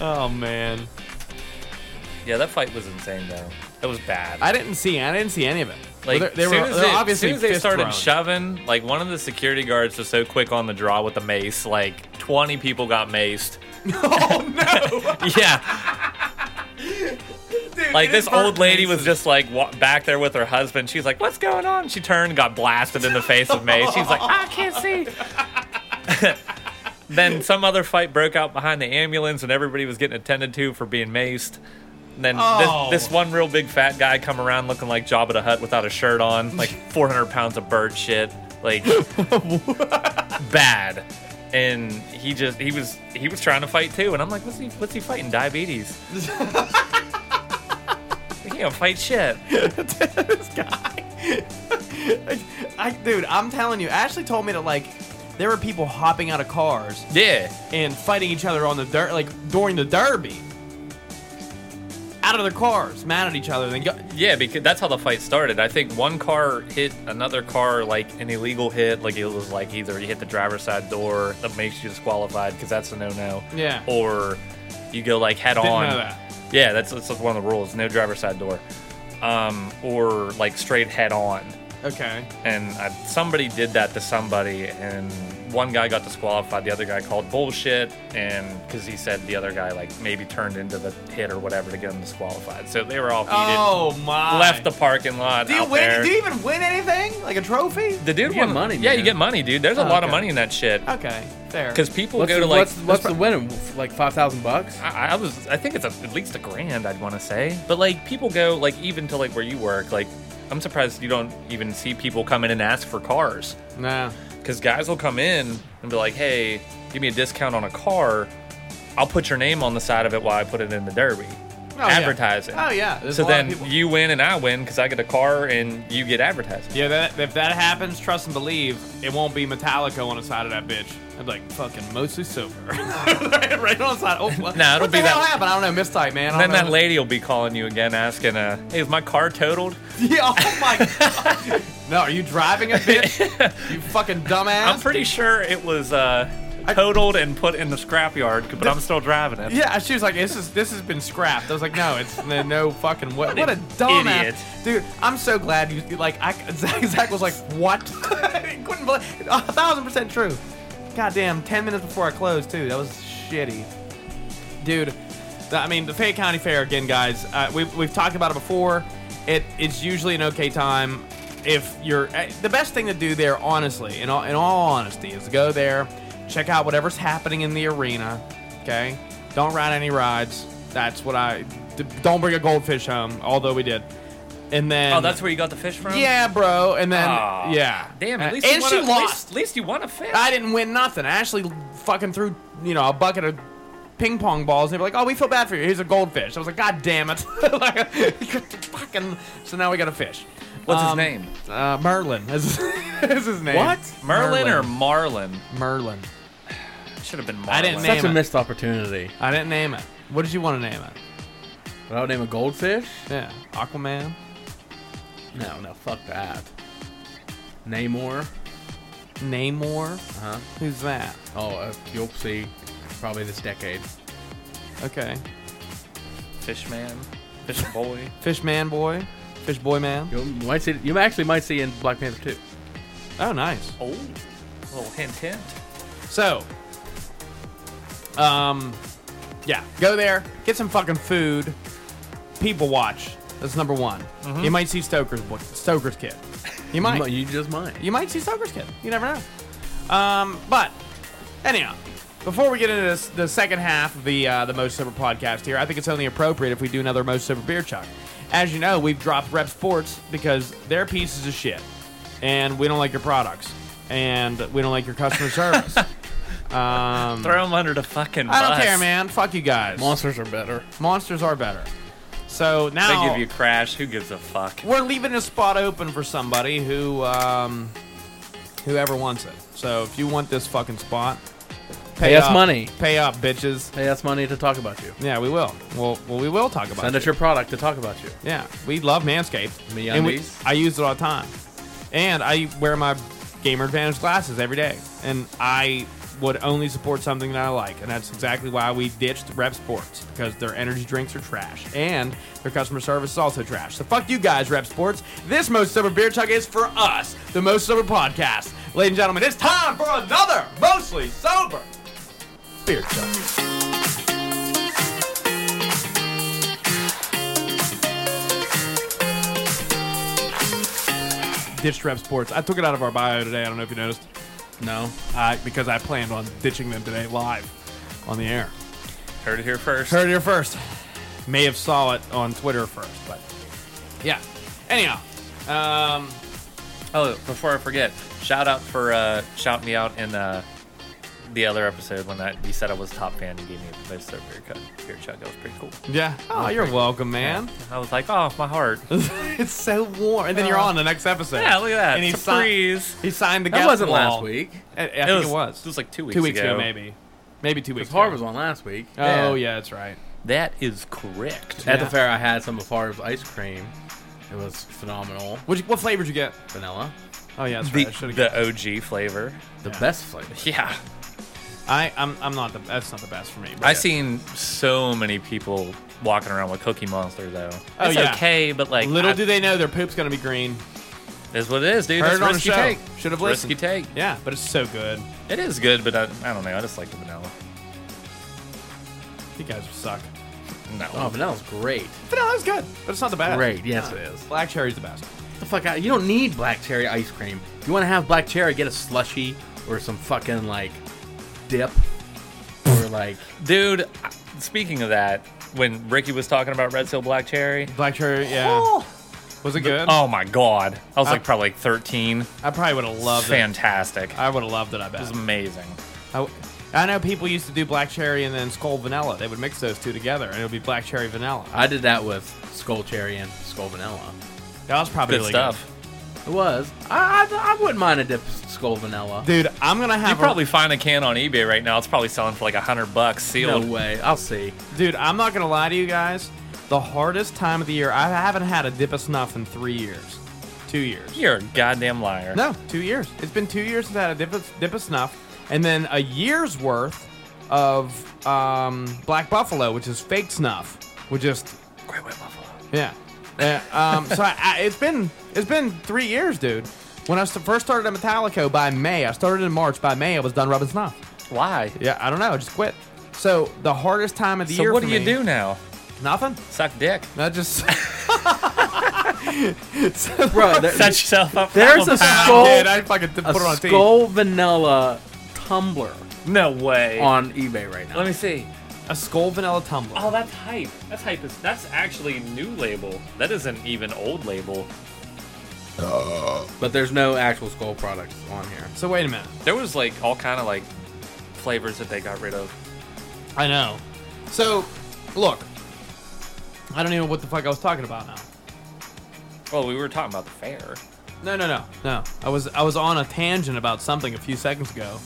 A: oh, man.
B: Yeah, that fight was insane though. It was bad.
A: I didn't see I didn't see any of it.
B: like
A: Well,
B: soon as they,
A: obviously
B: soon as they
A: fist
B: started
A: thrown.
B: shoving, like one of the security guards was so quick on the draw with the mace, like twenty people got maced. Oh no! yeah. like this old lady was just like wa- back there with her husband. She's like, "What's going on?" She turned, got blasted in the face with mace. She's like, "I can't see." then some other fight broke out behind the ambulance, and everybody was getting attended to for being maced. And then
A: Oh.
B: this, this one real big fat guy come around looking like Jabba the Hutt without a shirt on, like 400 pounds of bird shit, like bad. And he just he was he was trying to fight too, and I'm like, what's he what's he fighting? Diabetes. he You don't fight shit.
A: this guy. I, dude, I'm telling you, Ashley told me that like there were people hopping out of cars
B: Yeah.
A: and fighting each other on the dirt, like during the derby, out of their cars, mad at each other. Then go-
B: Yeah, because that's how the fight started. I think one car hit another car, like an illegal hit, like it was like either you hit the driver's side door that makes you disqualified because that's a no-no.
A: Yeah.
B: Or you go like head
A: Didn't
B: on.
A: know that.
B: Yeah, that's, that's one of the rules: no driver's side door, um, or like straight head on.
A: okay,
B: And I, somebody did that to somebody, and one guy got disqualified. The other guy called bullshit, and because he said the other guy like maybe turned into the hit or whatever to get him disqualified. So they were all heated
A: oh my,
B: left the parking lot.
A: Do you
B: out
A: win?
B: There.
A: Do you even win anything, like a trophy?
B: the dude
C: You get
B: won
C: money,
B: Yeah, you
C: man.
B: get money, dude. There's a
A: Oh,
B: lot of
A: okay.
B: money in that shit.
A: Okay, fair.
B: Because people
C: What's,
B: go to
C: the,
B: like.
C: what's, what's the win? Like five thousand bucks?
B: I, I was. I think it's a, at least a grand. I'd want to say, but like people go like even to like where you work. Like I'm surprised you don't even see people come in and ask for cars.
A: nah.
B: Because guys will come in and be like, "Hey, give me a discount on a car. I'll put your name on the side of it while I put it in the derby."
A: yeah.
B: advertising.
A: Oh, yeah. There's a
B: so
A: lot of
B: then
A: people-
B: you win and I win because I get a car and you get advertising.
A: Yeah, that, if that happens, trust and believe, it won't be Metallica on the side of that bitch. I'd be like, fucking mostly sober. right on the side. Oh, what,
B: Nah, it'll
A: what the
B: be
A: hell
B: that-
A: happened? I don't know, mistype, man. I
B: And then
A: don't
B: that
A: know.
B: lady will be calling you again asking, uh, hey, is my car totaled?
A: Yeah, oh my god. no, are you driving a bitch? You fucking dumbass.
B: I'm pretty sure it was uh, totaled and put in the scrapyard, but I'm still driving it.
A: Yeah, she was like, "This is this has been scrapped." I was like, "No, it's no, no fucking what? What, a
B: an
A: dumbass,
B: idiot.
A: dude!" I'm so glad you like. I, Zach, Zach was like, "What?" He couldn't believe. A thousand percent true. Goddamn, ten minutes before I closed too. That was shitty, dude. the- I mean, the Fayette County Fair again, guys. Uh, we've we've talked about it before. It it's usually an okay time. If you're eh, the best thing to do there, honestly, in all, in all honesty, is go there, check out whatever's happening in the arena. Okay, don't ride any rides. That's what I. d- Don't bring a goldfish home, although we did. And then
B: Oh, that's where you got the fish from?
A: yeah, bro. And then
B: Aw.
A: yeah,
B: Damn,
A: Uh,
B: at least,
A: and
B: you won
A: she
B: a, at
A: lost.
B: least- at least you won a fish.
A: I didn't win nothing. Ashley fucking threw, you know, a bucket of ping pong balls, and they were like, "Oh, we feel bad for you. Here's a goldfish." I was like, "God damn it!" like, fucking. So now we got a fish.
B: What's his
A: Um,
B: name?
A: Uh, Merlin is, is his name.
C: What?
B: Merlin, or Marlin?
A: Merlin?
B: Should have been Marlin.
A: I didn't name
C: That's a
A: it.
C: missed opportunity.
A: I didn't name it. What did you want to name it?
C: Would I name a goldfish?
A: Yeah, Aquaman.
C: No, no, fuck that. Namor.
A: Namor.
B: Uh-huh.
C: Huh?
A: Who's that?
C: Oh, uh, you'll see. Probably this decade.
A: Okay,
B: Fish man. Fish boy.
A: Fish Man Boy. Fish Boy Man.
C: You might see. You actually might see in Black Panther 2.
A: Oh, nice.
B: Oh, little hint, hint.
A: So, um, yeah, go there, get some fucking food. People watch. That's number one. You might see Stoker's boy, Stoker's kid. Mm-hmm. You
C: You,
A: might.
C: might- you just might.
A: You might see Stoker's kid. You never know. Um, but anyhow, before we get into this, the second half of the uh, the most sober podcast here, I think it's only appropriate if we do another most sober beer chuck. As you know, we've dropped Rep Sports because they're pieces of shit, and we don't like your products, and we don't like your customer service. um,
B: Throw him under the fucking
A: I don't
B: bus.
A: care, man. Fuck you guys.
C: Monsters are better.
A: Monsters are better. So
B: They
A: now
B: give you crash. Who gives a fuck?
A: we're leaving a spot open for somebody who, um, whoever wants it. So if you want this fucking spot, pay,
C: us
A: up.
C: money.
A: Pay up, bitches.
C: Pay us money to talk about you.
A: Yeah, we will. Well, well, we will talk about
C: Send
A: it.
C: us your product to talk about you.
A: Yeah, we love Manscaped.
C: Me
A: and we,
C: undies.
A: I use it all the time, and I wear my gamer advantage glasses every day. And I would only support something that I like, and that's exactly why we ditched Rep Sports because their energy drinks are trash, and their customer service is also trash. So fuck you guys, Rep Sports. This most sober beer chug is for us, the most sober podcast, ladies and gentlemen. It's time for another mostly sober beer chug. Ditched Rep Sports. I took it out of our bio today. I don't know if you noticed.
C: No.
A: I, because I planned on ditching them today live on the air.
B: Heard it here first.
A: Heard it here first. May have saw it on Twitter first, but yeah. Anyhow, um,
B: Oh, before I forget, shout out for uh, shout me out in uh, the other episode when that you said I was top fan, you gave me a nice beer cut, beer chug. That was pretty cool.
A: Yeah. Oh, you're welcome, man.
B: I was like, oh, my heart.
A: it's so warm. And then you're on the next episode.
B: Yeah, look at that.
A: And he, si-
B: Surprise.
A: he signed the
C: That
A: guest
C: wasn't
A: wall.
C: last week.
A: I, I think it was.
B: It was like two weeks.
A: two weeks ago,
B: ago
A: maybe. Maybe two weeks
C: Because Harv
A: ago.
C: was on last week.
A: Oh, yeah, that's right.
B: That is correct.
C: At
A: Yeah.
C: the fair, I had some of Harv's ice cream. It was phenomenal.
A: What'd you, what flavor did you get?
C: Vanilla,
A: Oh, yeah, that's
B: The,
A: right. I should have
B: the OG flavor.
C: the best flavor.
B: Yeah.
A: I, I'm, I'm not the. That's not the best for me. but-
B: i seen so many people walking around with Cookie Monster though.
A: Oh,
B: it's
A: yeah.
B: okay, but like
A: Little
B: I-
A: do they know their poop's gonna be green.
B: That's what it is, dude.
A: Heard
B: That's
A: it on the
B: risky
A: show.
B: take.
A: Should've
B: risky
A: listened.
B: take.
A: Yeah, but it's so good.
B: It is good, but I, I don't know. I just like the vanilla.
A: You guys suck.
B: No.
C: Oh, vanilla's great.
A: Vanilla's good, but it's not the best.
C: Great, yes it is.
A: Black cherry's the best.
C: Get the fuck out. You don't need black cherry ice cream. If you want to have black cherry, get a slushy or some fucking like dip or like
B: Dude, speaking of that, when Ricky was talking about Red Seal Black Cherry,
A: Black cherry, yeah. Was it good?
B: oh my god. Oh. I was
A: Uh,
B: like probably like 13.
A: I probably would have loved it.
B: Fantastic. It
A: I would have loved it. I bet.
B: was amazing.
A: I, w- I know people used to do black cherry and then skull vanilla. They would mix those two together, and it would be black cherry vanilla.
C: I did that with skull cherry and skull vanilla.
A: That was probably
B: Good
A: really
B: stuff.
C: It was. I, I, I wouldn't mind a dip of skull vanilla.
A: good. Dude, I'm gonna
B: You
A: have. a-
B: probably find a can on eBay right now. It's probably selling for like a hundred bucks
C: No
B: sealed.
C: way. I'll see.
A: dude, I'm not gonna lie to you guys. The hardest time of the year. I haven't had a dip of snuff in three years, two years.
B: You're a goddamn liar.
A: No, two years. It's been two years since I had a dip of, dip of snuff, and then a year's worth of um, black buffalo, which is fake snuff, which just
B: Great White Buffalo.
A: yeah. Yeah, um, so I, I, it's been it's been three years, dude. When I st- first started at Metallico by May, I started in March. By May, I was done rubbing snuff.
B: Why?
A: Yeah, I don't know, I just quit. So the hardest time of the
B: So
A: year.
B: what
A: for
B: do you
A: me-
B: do now?
A: Nothing.
B: Suck dick.
A: I just
C: Bro, there-
B: Set yourself up. for
C: There's
B: that one.
C: a skull-
A: I did. I fucking put
C: a
A: it on
C: skull vanilla tumbler
B: No way.
C: on eBay right now.
B: Let me see.
A: tea. A skull vanilla tumbler.
B: Oh, that's hype. That's hype. Is, that's actually new label. That isn't even old label.
C: But there's no actual skull products on here.
A: So wait a minute.
B: There was like all kind of like flavors that they got rid of.
A: I know. So, look, I don't even know what the fuck I was talking about now.
B: Well, we were talking about the fair.
A: No, no, no, no. I was I was on a tangent about something a few seconds ago,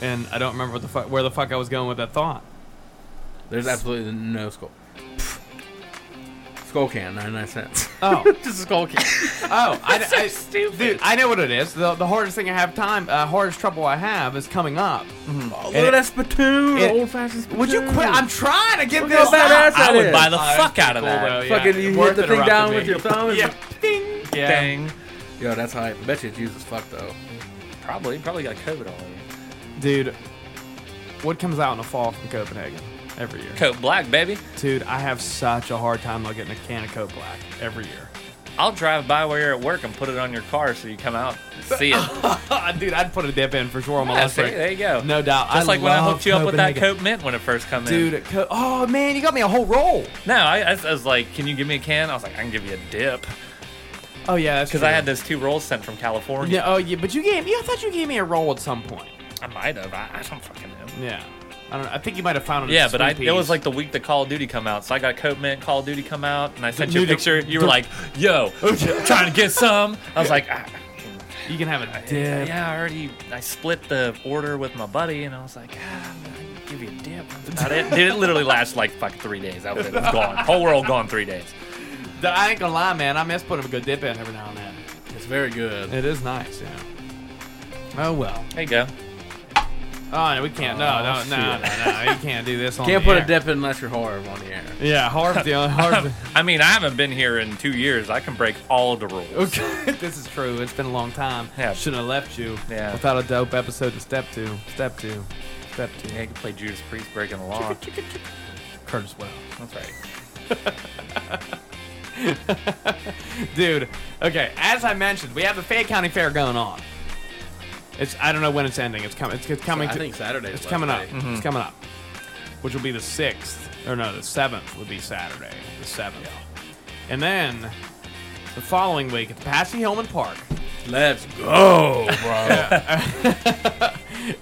A: and I don't remember what the fuck where the fuck I was going with that thought.
C: There's absolutely no skull. Skull can, 99 cents.
A: Oh,
C: Just a skull can.
A: oh, I,
B: So
A: I-
B: stupid.
A: dude. I know what it is. The, the hardest thing I have time, uh, hardest trouble I have is coming up.
C: Look at that spittoon.
A: It-
C: Old fashioned spittoon.
A: Would you quit? I'm trying to get
C: Look
A: this.
C: how badass
A: out.
C: that
B: I would
C: is.
B: buy the
A: Oh, that's
B: fuck out of
A: pretty cool, though,
B: that.
A: yeah.
C: Fucking, you
A: Worth
C: hit the
A: it
C: thing
A: around
C: down
A: to
C: with
A: me.
C: your thumb. and-
A: Yeah. Ding. Yeah.
B: Dang.
C: Yo, that's high. I bet you it's used as fuck, though.
B: Probably, probably got COVID on you.
A: Dude, what comes out in the fall from Copenhagen every year?
B: Coat black, baby.
A: Dude, I have such a hard time not getting a can of Coke Black every year.
B: I'll drive by where you're at work and put it on your car so you come out and see it.
A: Ah, Dude, I'd put a dip in for sure on my
B: Yeah,
A: last
B: see,
A: break.
B: there you go.
A: No doubt.
B: Just
A: I
B: like when I
A: love
B: hooked you up with that
A: Copenhagen.
B: Coke Mint when it first come in.
A: Dude, co- oh man, you got me a whole roll.
B: No, I, I, was- I was like, can you give me a can? I was like, I can give you a dip.
A: Oh yeah, that's
B: Because I had those two rolls sent from California.
A: Yeah, oh yeah, but you gave me. I thought you gave me a roll at some point.
B: I might have. I, I don't fucking know.
A: Yeah, I don't. know. I think you might have found it. at
B: Yeah, but I,
A: Spoon
B: it was
A: Peas.
B: like the week that Call of Duty come out, so I got Coke Mint Call of Duty come out, and I sent you a
A: Dude, the-
B: picture. You were like, "Yo, trying to get some." I was like, I,
A: you can have a
B: yeah.
A: dip.
B: I already I split the order with my buddy, and I was like, ah, I'm gonna give you a dip." That's about it. Dude, it literally lasted like fucking three days. That was it. It was gone. Whole world gone three days.
A: Dude, I ain't gonna lie, man. I miss putting a good dip in every now and then.
C: It's very good.
A: It is nice. Yeah. Oh well.
B: There you go.
A: Oh no, we can't. No, no, no, no, no, You can't do this on.
C: Can't
A: the
C: put
A: air.
C: a dip in unless you're Harv on the air.
A: Yeah, Harv's the only. Harv's
B: I mean, I haven't been here in two years. I can break all the rules.
A: Okay, this is true. It's been a long time.
B: Yeah.
A: Shouldn't have left you
B: Yeah.
A: without a dope episode to step to. Step to. Step to.
B: Yeah, you can play Judas Priest breaking the law.
A: Curtis Wells.
B: That's right.
A: Dude, okay, as I mentioned, we have the Fayette County Fair going on. It's I don't know when it's ending. It's coming. It's, it's coming.
C: I
A: to-
C: think Saturday's
A: It's
C: last
A: coming up.
C: day.
A: It's coming up. Which will be the sixth, or no, the seventh would be Saturday, the seventh. And then the following week at the Patsy Hillman Park,
C: Let's go.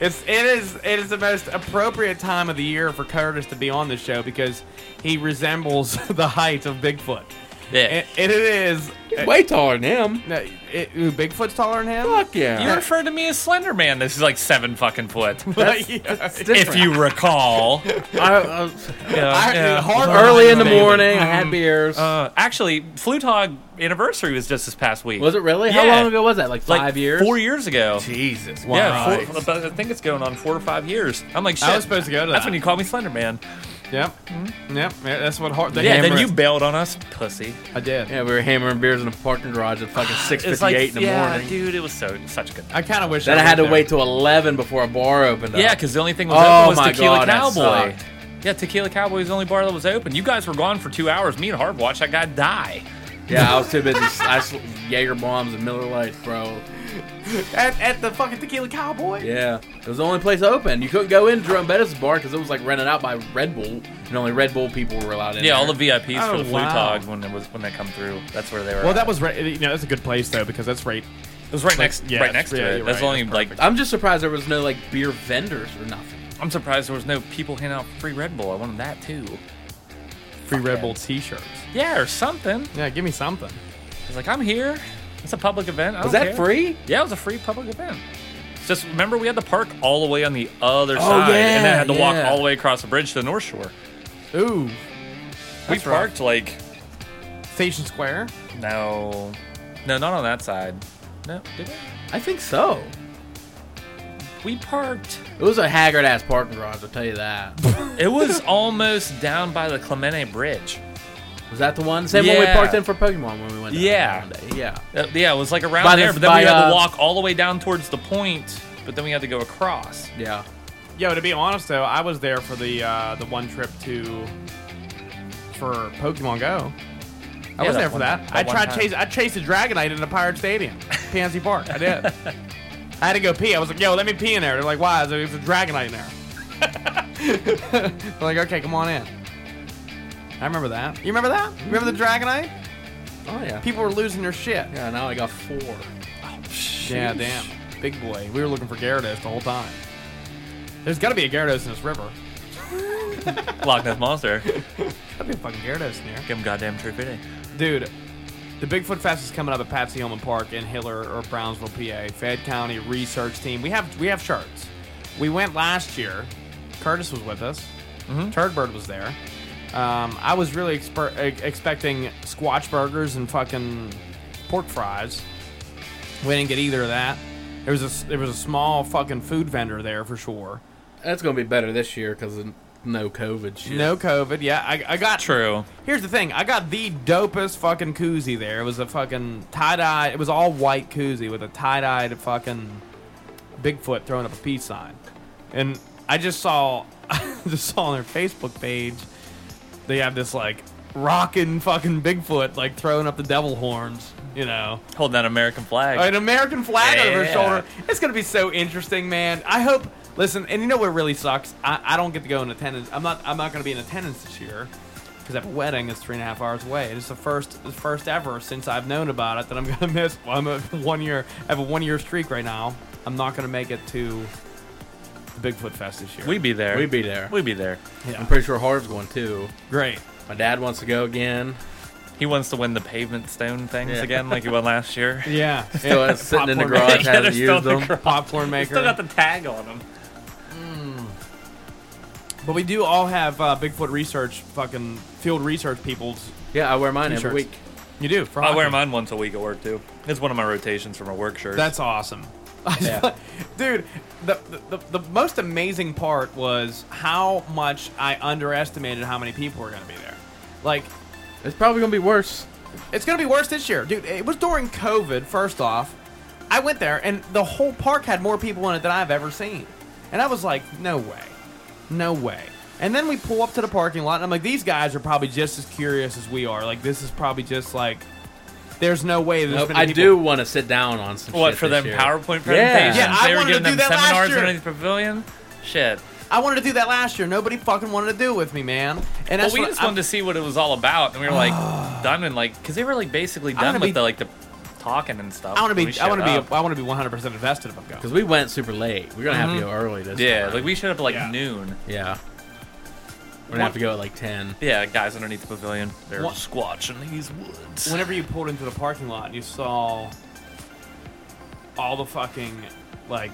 A: It's it is it is the most appropriate time of the year for Curtis to be on this show because he resembles the height of Bigfoot.
B: Yeah.
A: And, and it is.
C: Way taller than him.
A: No, it, ooh, Bigfoot's taller than him.
C: Fuck yeah.
B: you referred to me as Slender Man. This is like seven fucking foot.
A: Like, yeah.
B: if you recall.
C: I, I was-
A: I- hard
C: early in the
A: baby.
C: morning, I had beers.
B: Uh, actually, Flute Hog anniversary was just this past week.
C: was it really? How
B: yeah.
C: long ago was that? Like
B: Like
C: five years?
B: Four years ago.
C: Jesus.
B: Yeah, four, about- I think it's going on four to five years. I'm like, shit.
A: I was supposed to go to
B: That's
A: that.
B: when you called me Slender Man.
A: Yep. Yep. Mm. Yeah, that's what hard. they
B: Yeah,
A: hammer
B: then you
A: it.
B: bailed on us, pussy.
A: I did.
C: Yeah, we were hammering beers in a parking garage at fucking six
B: It's like,
C: fifty-eight in the
B: yeah,
C: morning.
B: dude, it was so such a good.
A: I kind of wish.
C: Then I had to
A: went
C: wait till eleven before a bar opened up.
B: Yeah, because the only thing was
C: Oh
B: open was
C: my
B: Tequila
C: God, that
B: Cowboy.
C: sucked.
B: Yeah, Tequila Cowboy was the only bar that was open. You guys were gone for two hours. Me and Harv watched that guy die.
C: yeah, I was too busy. I sl- Jaeger bombs and Miller Lights, bro.
A: there. at, at the fucking Tequila Cowboy.
C: Yeah, it was the only place open. You couldn't go in Jerome Bettis' bar because it was like rented out by Red Bull, and only Red Bull people were allowed in.
B: Yeah,
C: there.
B: all the VIPs
A: Oh,
B: for the Flute
A: wow.
B: Hog when it was when they come through. That's where they were.
A: Well,
B: at.
A: that was right. You know, that's a good place though because that's right.
B: it was right next,
A: yeah,
B: right next
A: yeah,
B: to it.
A: you're
B: That's
A: right,
B: only like
C: I'm just surprised there was no like beer vendors or nothing.
B: I'm surprised there was no people handing out free Red Bull. I wanted that too.
A: Free Red Bull T-shirts.
B: Yeah, or something.
A: Yeah, give me something.
B: It's like I'm here. It's a public event. I
C: Was
B: don't
C: that
B: care.
C: free?
B: Yeah, it was a free public event. Just remember, we had the park all the way on the other
C: Oh,
B: side, and then
C: yeah,
B: had to walk
C: yeah.
B: all the way across the bridge to the North Shore.
A: Ooh,
B: we parked like
A: Station Square.
B: no, no, not on that side. No, did we?
C: I think so.
B: We parked.
C: It was a haggard ass parking garage. I'll tell you that.
B: It was almost down by the Clemente Bridge.
C: Was that the one? Same one we
B: Yeah.
C: parked in for Pokemon when we went. down
B: Yeah.
C: there one day. Yeah.
B: Uh, yeah, it was like around
C: By the-
B: there, but then
C: by,
B: we had
C: uh,
B: to walk all the way down towards the point. But then we had to go across.
C: Yeah.
A: Yo, to be honest though, I was there for the uh, the one trip to for Pokemon Go. I
B: Yeah,
A: was
B: that
A: there for
B: one-
A: that.
B: that
A: I
B: one
A: tried
B: time.
A: chase. I chased a Dragonite in a Pirate Stadium, Pansy Park. I did. I had to go pee. I was like, "Yo, let me pee in there." They're like, "Why?" I was like, "There's a Dragonite in there." I'm like, "Okay, come on in." I remember that. You remember that? You remember the
B: Mm-hmm.
A: Dragonite?
C: Oh yeah.
A: People were losing their shit.
C: Yeah. Now I got four.
A: Yeah, damn. Big boy. We were looking for Gyarados the whole time. There's got to be a Gyarados in this river.
B: Loch Ness Monster.
A: That'd be a fucking Gyarados in here.
B: Give him goddamn true fitting.
A: Dude, the Bigfoot Fest is coming up at Patsy Hillman Park in Hiller or Brownsville, PA. Fed County Research Team. We have we have shirts. We went last year. Curtis was with us. Turd Bird was there. Um, I was really exper- e- expecting squatch burgers and fucking pork fries. We didn't get either of that. There was a s- there was a small fucking food vendor there for sure.
C: That's gonna be better this year because of no COVID shit.
A: No COVID. Yeah, I, I got
B: True.
A: Here's the thing. I got the dopest fucking koozie there. It was a fucking tie dye. It was all white koozie with a tie dyed fucking Bigfoot throwing up a peace sign. And I just saw, I just saw on their Facebook page, they have this like rocking fucking Bigfoot like throwing up the devil horns. You know,
B: Holding that American flag.
A: an American flag over her
B: Yeah.
A: shoulder. It's gonna be so interesting, man. I hope. Listen, and you know what really sucks? I, I don't get to go in attendance. I'm not. I'm not gonna be in attendance this year because I have a wedding. It's three and a half hours away. It's the first, the first ever since I've known about it that I'm gonna miss. Well, I'm a one year. I have a one year streak right now. I'm not gonna make it to the Bigfoot Fest this year.
B: We'd be there.
C: We'd be there.
B: We'd be there.
A: yeah.
C: I'm pretty sure Harv's going too.
A: great.
C: My dad wants to go again.
B: He wants to win the pavement stone things
C: Yeah.
B: again, like he won last year.
A: Yeah,
C: Still has- sitting in the
A: Popcorn
C: garage,
A: maker.
B: Yeah,
C: hasn't
B: they're still
C: used
B: in the
C: them.
B: garage.
A: Popcorn maker.
B: Still got the tag on him.
A: but we do all have uh, Bigfoot research, fucking field research people's.
C: Yeah, I wear mine every
A: T-shirts.
C: week.
A: You do. For
B: I wear
A: hockey.
B: mine once a week at work too. It's one of my rotations for my work shirt.
A: That's awesome.
C: Yeah.
A: Dude, the, the, the, the most amazing part was how much I underestimated how many people were going to be there. Like,
C: It's probably gonna be worse.
A: it's going to be worse this year. Dude, it was during COVID, first off. I went there, and the whole park had more people in it than I've ever seen. And I was like, no way. No way. And then we pull up to the parking lot, and I'm like, these guys are probably just as curious as we are. Like, this is probably just like, there's no way. There's
C: Nope,
A: many
C: I
A: people.
C: do want to sit down on some.
B: what
C: shit
B: for
C: this
B: them
C: year.
B: PowerPoint presentations.
A: Yeah, I
B: they were
A: wanted to
B: giving them
A: do that last
B: seminars
A: year.
B: underneath the pavilion. Shit.
A: I wanted to do that last year. Nobody fucking wanted to do it with me, man. And
B: But
A: that's
B: we
A: what
B: just
A: I'm-
B: wanted to see what it was all about, and we were like done and like because they were like basically
A: gonna
B: done with
A: be-
B: the like the talking and stuff.
A: I want to
B: We
A: be. I
B: shut
A: want to
B: up.
A: be. I want to be 100 percent invested if I'm going.
C: Because we went super late. We're gonna have to go early this
B: Yeah,
C: time.
B: like we showed up at like
A: Yeah.
B: noon.
C: Yeah. We're gonna have to go at like ten.
B: Yeah, guys underneath the pavilion, they're
A: What-
B: squatching these woods.
A: Whenever you pulled into the parking lot, you saw all the fucking like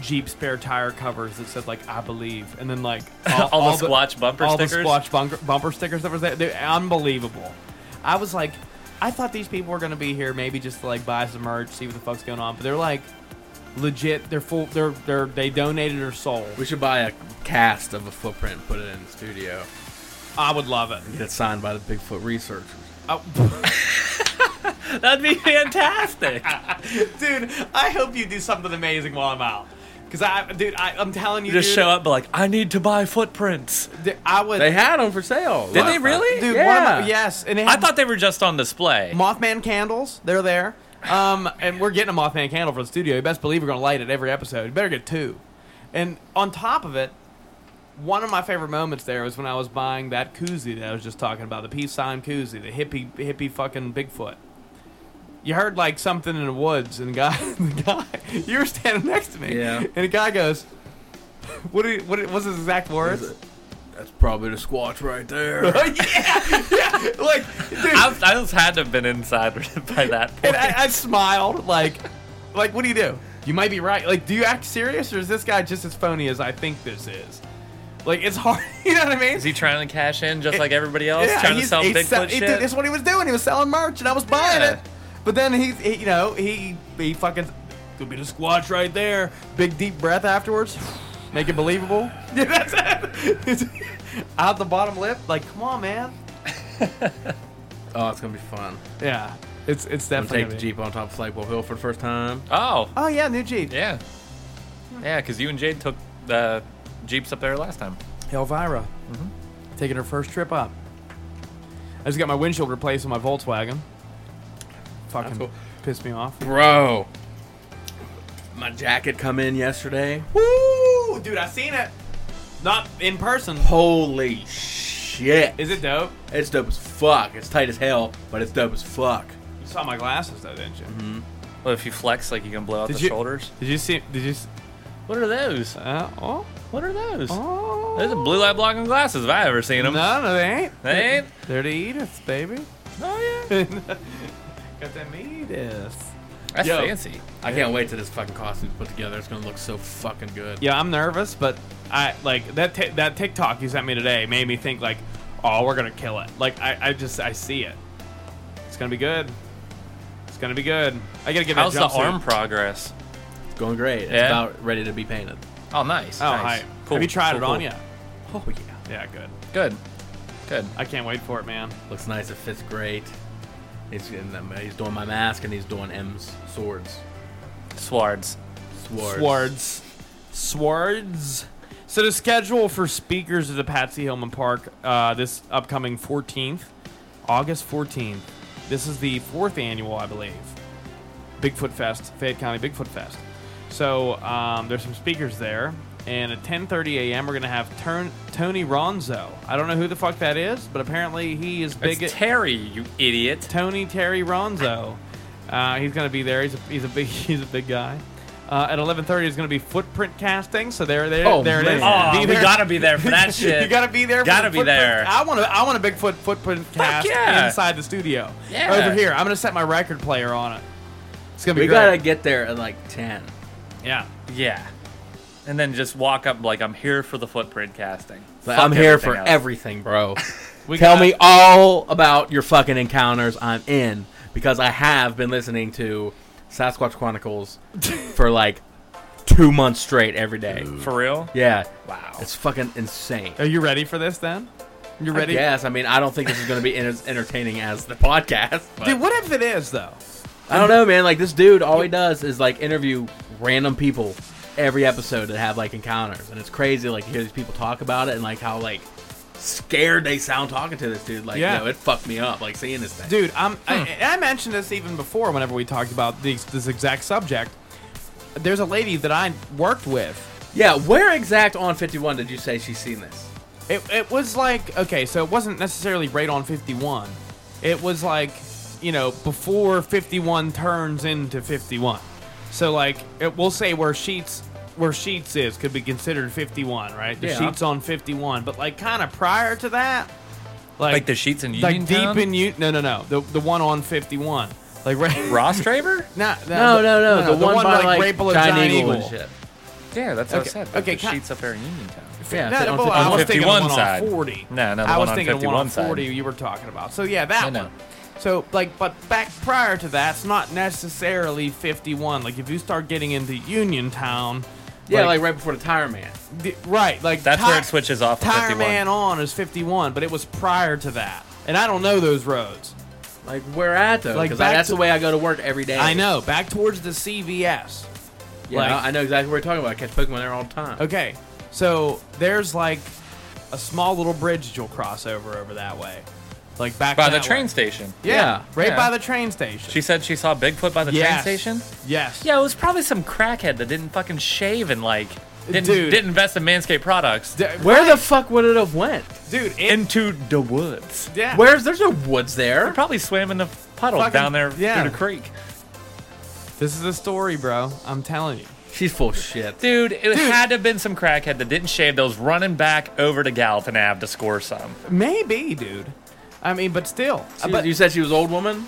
A: Jeep spare tire covers that said like "I believe," and then like
B: All the Squatch bumper
A: all
B: stickers?
A: the Squatch bunker, bumper stickers that was there. They're unbelievable. I was like, I thought these people were gonna be here maybe just to like buy some merch, see what the fuck's going on, but they're like legit. They're full. They're they're they donated their soul.
C: We should buy a cast of a footprint and put it in the studio.
A: I would love it.
C: Get it signed by the Bigfoot researchers.
A: I-
B: That'd be fantastic.
A: dude. I hope you do something amazing while I'm out, because I, dude, I, I'm telling you,
B: just
A: dude,
B: show up, but like, I need to buy footprints.
A: dude, I would.
C: They had them for sale.
B: Did they really?
A: dude,
C: yeah.
A: one of my, yes, and they
B: I
A: had
B: thought they were just on display.
A: Mothman candles. They're there, um, and we're getting a Mothman candle for the studio. You best believe we're gonna light it every episode. You better get two. And on top of it, one of my favorite moments there was when I was buying that koozie that I was just talking about, the peace sign koozie, the hippie hippie fucking Bigfoot. You heard like something in the woods, and the guy, the guy, you were standing next to me,
C: Yeah.
A: And the guy goes, "What? Did, he- what did- what's his exact words?"
C: That's probably the squatch right there.
A: Oh, yeah, yeah, like, dude,
B: I, I just had to have been inside by that
A: and
B: point.
A: I, I smiled, like, like, what do you do? You might be right. Like, do you act serious, or is this guy just as phony as I think this is? Like, it's hard. You know what I mean?
B: Is he trying to cash in just like everybody else,
A: Yeah,
B: trying to
A: he's-
B: sell
A: he's
B: Bigfoot
A: sell- he
B: shit?
A: did- That's what he was doing. He was selling merch, and I was buying
B: Yeah.
A: it. But then he, he you know, he he fucking could be the squatch right there. Big deep breath afterwards, make it believable. Yeah, that's it. It's- Out the bottom lip. Like, come on, man.
C: oh, it's gonna be fun.
A: Yeah, it's it's
C: I'm
A: definitely.
C: gonna take the Jeep on top of Flagpole Hill for the first time.
B: oh,
A: Oh yeah, new Jeep.
B: yeah, yeah. Because you and Jade took the jeeps up there last time.
A: Elvira, taking her first trip up. I just got my windshield replaced on my Volkswagen. Fucking
C: That's cool.
A: pissed me off.
C: Bro. My jacket come in yesterday.
A: Woo, dude, I seen it. Not in person.
C: Holy shit.
A: Is it dope?
C: It's dope as fuck. It's tight as hell, but it's dope as fuck.
A: You saw my glasses though, didn't you?
B: Mm-hmm. Well, if you flex, like you can blow out
A: Did
B: the
A: you-
B: shoulders.
A: Did you see? Did you? s-
B: What are those?
A: Uh, oh,
B: What are those?
A: oh.
B: Those are blue light blocking glasses. If I ever seen them.
A: No, no, they ain't.
B: They ain't?
A: They're the Ediths, baby.
B: Oh yeah.
A: got them Ediths.
B: That's
A: Yo.
B: fancy.
C: I can't wait till this fucking costume's put together. It's gonna look so fucking good.
A: Yeah, I'm nervous, but I like that ti- that TikTok you sent me today made me think like, oh, we're gonna kill it. Like I, I just I see it. It's gonna be good. It's gonna be good. I gotta get
B: How's
A: that
B: the
A: jumpsuit.
B: arm progress?
C: It's going great. It's
B: Yeah?
C: about ready to be painted.
B: Oh, nice.
A: Oh,
B: nice.
A: hi.
B: Cool.
A: Have you tried
B: cool,
A: it
B: cool.
A: on yet?
C: Oh yeah.
A: Yeah, good.
B: Good. Good.
A: I can't wait for it, man.
C: Looks nice. It fits great. He's, in them- he's doing my mask and he's doing M's swords.
B: Swards.
C: Swords.
A: Swords. Swords. So the schedule for speakers at the Patsy Hillman Park uh, this upcoming 14th, August 14th. This is the fourth annual, I believe, Bigfoot Fest, Fayette County Bigfoot Fest. So um, there's some speakers there, and at 10:30 a.m. we're gonna have Turn- Tony Ronzo. I don't know who the fuck that is, but apparently he is big.
B: It's Terry, you idiot.
A: Tony Terry Ronzo. Uh, he's going to be there. He's a, he's a big he's a big guy. Uh, at 11:30 is going to be footprint casting. So there there
C: Oh,
A: there it is.
C: man.
A: Be
B: Oh, we
A: there.
B: gotta be there for that shit.
A: you gotta be there. for
B: Gotta
A: the
B: be
A: footprint-
B: there.
A: I want to. I want a Bigfoot footprint cast
B: yeah.
A: inside the studio.
B: Yeah.
A: Over here, I'm gonna set my record player on it. It's gonna be
C: We
A: great.
C: gotta get there at like ten.
A: yeah.
B: Yeah. And then just walk up like I'm here for the footprint casting.
C: Like,
B: Fuck
C: I'm here
B: everything
C: for
B: else.
C: everything, bro.
A: We
C: Tell
A: got-
C: me all about your fucking encounters. I'm in because I have been listening to Sasquatch Chronicles for like two months straight every day.
B: For real?
C: Yeah,
B: Wow.
C: it's fucking insane.
A: Are you ready for this then? You ready?
C: Yes, I mean I don't think this is going to be en- as entertaining as the podcast. but-
A: Dude, what if it is though?
C: I don't know, man. Like this dude, all he does is like interview random people every episode that have like encounters, and it's crazy. Like to hear these people talk about it and like how like scared they sound talking to this dude. Like,
A: Yeah.
C: yo, it fucked me up. Like seeing this thing.
A: Dude, I'm, I,
B: Hmm.
A: and I mentioned this even before whenever we talked about these, this exact subject. There's a lady that I worked with.
C: Yeah, where exact on 51 did you say she's seen this?
A: It, it was like, okay, so it wasn't necessarily right on 51. It was like you know, before 51 turns into 51. So like, it, we'll say where Sheets where Sheets is could be considered 51, right? The
C: Yeah.
A: Sheets on 51, but like kind of prior to that, like,
B: Like the sheets in
A: like
B: Uniontown?
A: deep in you. No, no, no. The the one on 51. Like right.
B: Ross Traver?
A: Nah,
C: No,
A: the-
C: no, no. The, one, by like,
A: Rapel of
C: Giant Eagle, and shit.
B: Yeah, that's what
A: Okay,
B: I said. Like
A: okay,
B: the
A: ca-
B: sheets up there in Uniontown.
C: Yeah,
A: No,
C: on
A: no,
C: fif-
A: but
C: on
A: I was
C: fif-
A: thinking the
B: 51
A: one
B: side.
A: on 40.
B: No, no, the
A: I was
B: one on
A: thinking the one on
B: 51 side.
A: 40 you were talking about. So yeah, that
B: I know.
A: one. So like, but back prior to that, it's not necessarily 51. Like if you start getting into Uniontown,
C: yeah, like right before the Tire Man.
A: the- right, like
B: That's
A: Ti-
B: where it switches off to
A: Tire
B: 51.
A: Man on is 51, but it was prior to that, and I don't know those roads.
C: Like where at though?
A: Like,
C: Because
A: back
C: that's
A: to-
C: the way I go to work every day.
A: I know back towards the CVS.
C: Yeah,
A: like-
C: I know exactly what we're talking about. I catch Pokemon there all the time.
A: Okay, so there's like a small little bridge that you'll cross over over that way, like back
B: By
A: that
B: the train
A: way.
B: station.
A: Yeah,
C: Yeah.
A: right
B: Yeah.
A: by the train station.
B: She said she saw Bigfoot by the
A: Yes.
B: train station?
A: Yes.
B: Yeah, it was probably some crackhead that didn't fucking shave and like didn't,
A: Dude.
B: didn't invest in Manscaped products.
A: D-
C: Where the fuck would it have went?
A: dude, it,
B: into the woods.
A: yeah.
C: Where's there's no woods there.
B: Probably swam in the puddle
A: Fucking-
B: down there
A: yeah.
B: through the creek.
A: This is a story, bro. I'm telling you.
C: She's full of shit.
B: Dude, it had to have been some crackhead that didn't shave that was running back over to Gallatin Ave to score some.
A: Maybe, dude. I mean, but still.
C: She-
A: but
C: you said she was old woman.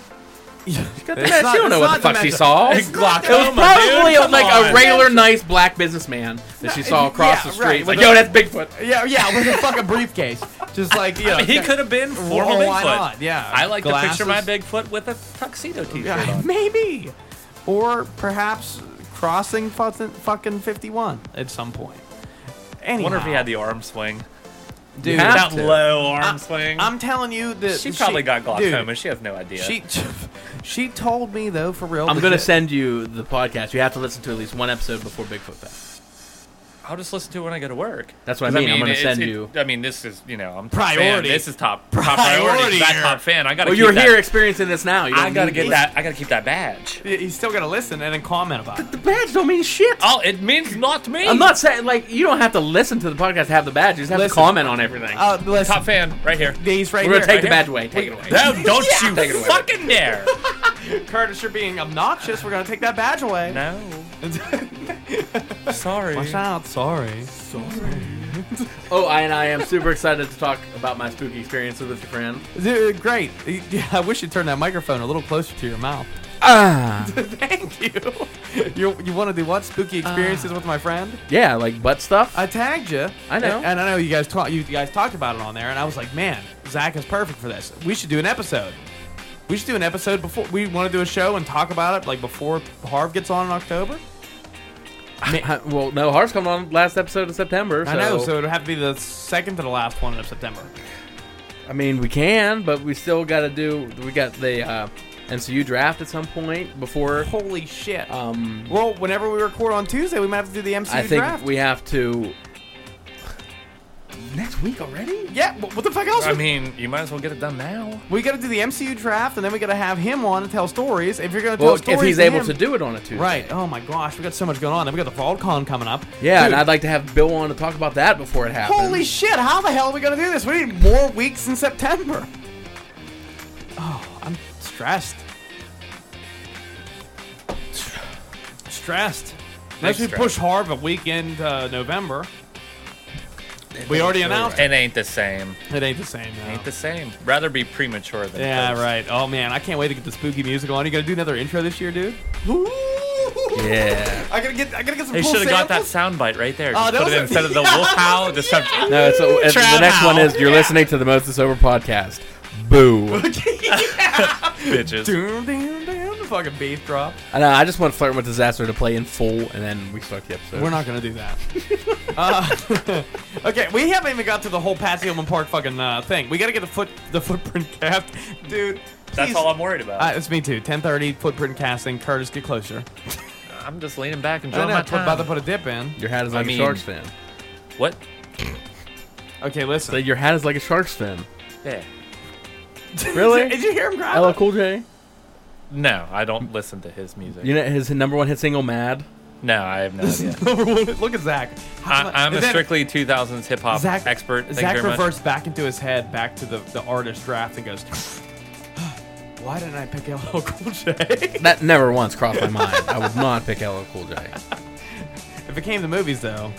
A: It's
C: Man,
A: not-
C: she don't know
A: it's
C: what the
A: not
C: fuck she
A: dementia.
C: saw.
A: It's not
C: It was
A: dementia.
C: probably
B: dude, come
C: like a
B: on.
C: regular, nice black businessman that she saw across
A: yeah,
C: the street.
A: right,
C: Like,
A: with
C: yo,
A: a-
C: that's Bigfoot.
A: yeah, yeah, with a fucking briefcase, just like you know.
B: He could have been formal
A: Well,
B: Bigfoot.
A: why not? Yeah.
B: I like to picture my
A: Glasses.
B: Bigfoot with a tuxedo t-shirt
A: Yeah,
B: on.
A: maybe, or perhaps crossing fucking fucking 51 at some point.
B: I
A: Anyhow,
B: wonder if he had the arm swing.
A: dude.
B: that
C: Have to.
B: low arm
A: I-
B: swing.
A: I'm telling you that
B: she probably got glaucoma.
A: dude,
B: she has no idea.
A: She she told me though for real.
C: I'm
A: that
C: gonna
A: she-
C: send you the podcast. You have to listen to at least one episode before Bigfoot Fest.
B: I'll just listen to it when I go to work.
C: That's what I mean. I am gonna
B: it's-
C: send
B: it-
C: you.
B: I mean, this is you know, I'm top
A: Priority.
B: Fan. This is top top priority.
A: Priority
B: That
A: here.
B: top fan. I gotta.
C: Well,
B: keep
C: Oh, you're
B: that-
C: here experiencing this now. You
B: I
C: don't
B: gotta
C: need
B: get
C: it.
B: that. I gotta keep that badge.
A: He's still gonna listen and then comment about it.
C: The badge don't mean shit.
B: Oh, it means not to me.
C: I'm not saying like you don't have to listen to the podcast to have the badge. You just have
A: Listen.
C: to comment on everything.
A: Uh, listen,
B: top fan right Oh, here.
A: these right
C: We're gonna
A: here.
C: take the
B: right
C: badge away. Take it away.
B: No, don't
A: Yeah.
B: you
C: Take it away.
B: fucking dare.
A: Curtis, you're being obnoxious. We're gonna take that badge away.
B: no. Sorry.
A: Watch out. Sorry.
C: Oh, I, and I am super excited to talk about my spooky experiences with your friend.
A: Dude, great. Yeah, I wish you'd turn that microphone a little closer to your mouth.
C: Ah,
A: Thank you. You, you want to do what? Spooky experiences with my friend?
C: yeah, like butt stuff.
A: I tagged you.
C: I know.
A: And, and I know you guys talked. You, you guys talked about it on there, and I was like, man, Zach is perfect for this. We should do an episode. We should do an episode before we want to do a show and talk about it, like before Harv gets on in October.
C: I- well, no, Heart's coming on last episode of September. So,
A: I know, so it'll have to be the second to the last one of September.
C: I mean, we can, but we still got to do. We got the uh, MCU draft at some point before.
A: Holy shit.
C: Um,
A: well, whenever we record on Tuesday, we might have to do the MCU
C: I think
A: draft.
C: we have to. Next week already?
A: yeah, wh- what the fuck else?
B: I mean, you might as well get it done now.
A: we got to do the MCU draft, and then we got to have him on to tell stories. If you're going to tell
C: Well,
A: stories,
C: if he's
A: to
C: able
A: him-
C: to do it on a Tuesday.
A: Right. Oh my gosh, we got so much going on. Then we got the VaultCon coming up.
C: Yeah,
A: Dude,
C: and I'd like to have Bill on to talk about that before it happens.
A: Holy shit, how the hell are we going to do this? We need more weeks in September. Oh, I'm stressed. Stressed. Unless we
B: stress.
A: push Harv a weekend uh, November. We already announced
B: It ain't the same.
A: it. It ain't the same. No.
B: Ain't the same. Rather be premature than
A: yeah,
B: post.
A: right. Oh man, I can't wait to get the spooky music on. You gonna do another intro this year, dude?
C: Yeah.
A: I gotta get. I gotta get some.
B: They
A: cool
B: should have got that
A: samples.
B: sound bite right there.
A: Oh,
B: Just
A: that
B: put
A: was
B: it
A: a-
B: instead of the
A: Yeah.
B: wolf howl. Just start.
C: No, it's a, it's- the
A: Trap
C: next one
A: house.
C: is you're listening to the Most Sober podcast. Boo.
B: bitches.
A: Doom, doom, doom. The fucking beef drop.
C: I know. uh, I just want flirting with disaster to play in full, and then we start the episode.
A: We're not gonna do that. uh, okay, we haven't even got to the whole Patsy Oman Park fucking uh, thing. We gotta get the foot the footprint cast, dude.
B: That's
A: please-
B: all I'm worrild about.
A: Uh, it's me too. 10:30 footprint casting. Curtis, get closer.
B: I'm just leaning back and
A: I
B: enjoying
A: know,
B: my
A: put- about to
B: time.
A: put a dip in.
C: Your hat is
B: I
C: like
B: mean-
C: a shark's fin.
B: What?
A: Okay, listen.
C: That your hat is like a shark's fin.
B: Yeah.
C: Really?
A: Did you hear him grab?
C: LL
A: it?
C: Cool J.
B: No, I don't listen to his music.
C: You know his number one hit single, "Mad."
B: no, I have no idea.
A: Look at Zach. How-
B: I, I'm a
A: Is that-
B: strictly 2000s hip hop expert. Thank you
A: Zach
B: very much.
A: reverts back into his head, back to the, the artist draft, and goes, Why didn't I pick LL Cool J?
C: That never once crossed my mind. I would not pick LL Cool J.
A: if it came to movies, though,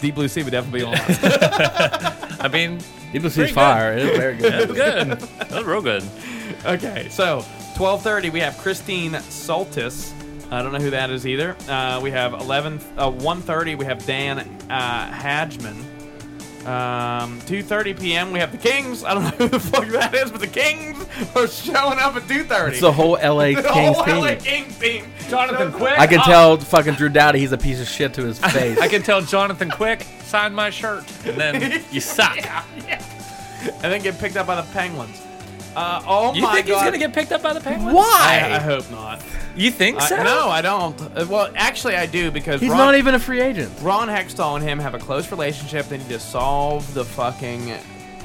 A: Deep Blue Sea would definitely be on. that.
B: I mean,
C: Deep
B: Pretty
C: Blue Sea's
B: good.
C: fire. It is very good.
B: that's good. That was real good.
A: okay, so 12:30 we have Christine Soltis. I don't know who that is either. Uh, we have 11 uh, 1:30 we have Dan uh, Hadgman. Um, 2:30 p.m. we have the Kings. I don't know who the fuck that is, but the Kings are showing up at 2:30.
C: It's the whole LA
A: The
C: Kings
A: whole LA
C: team.
A: Kings team. Jonathan Quick.
C: I can tell fucking Drew Dowdy he's a piece of shit to his face.
B: I can tell Jonathan Quick sign my shirt, and then you suck.
A: and then get picked up by the Penguins. Uh, oh
B: You
A: my
B: think
A: god!
B: he's gonna get picked up by the Penguins?
C: Why?
A: I, I hope not.
B: You think
A: I-
B: so?
A: no, I don't. Uh, Well, actually, I do because
C: He's
A: Ron,
C: not even a free agent.
A: Ron Hextall and him have a close relationship. They need to solve the fucking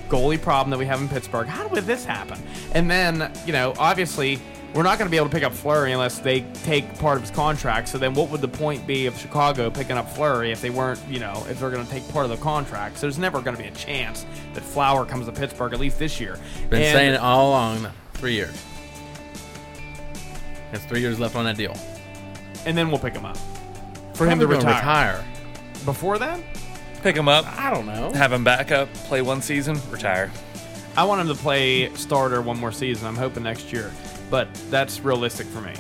A: goalie problem that we have in Pittsburgh. How did this happen? And then, you know, obviously, we're not going to be able to pick up Flurry unless they take part of his contract. So then, what would the point be of Chicago picking up Flurry if they weren't, you know, if they're going to take part of the contract? So there's never going to be a chance that Flower comes to Pittsburgh at least this year.
C: Been
A: And-
C: saying it all along. now. Three years. Has three years left on that deal.
A: and then we'll pick him up for him to
C: Probably
A: retire.
C: gonna retire.
A: Before then,
B: Pick him up,
C: I don't know.
B: have him back up, play one season, retire.
A: I want him to play starter one more season. I'm hoping next year, but that's realistic for me.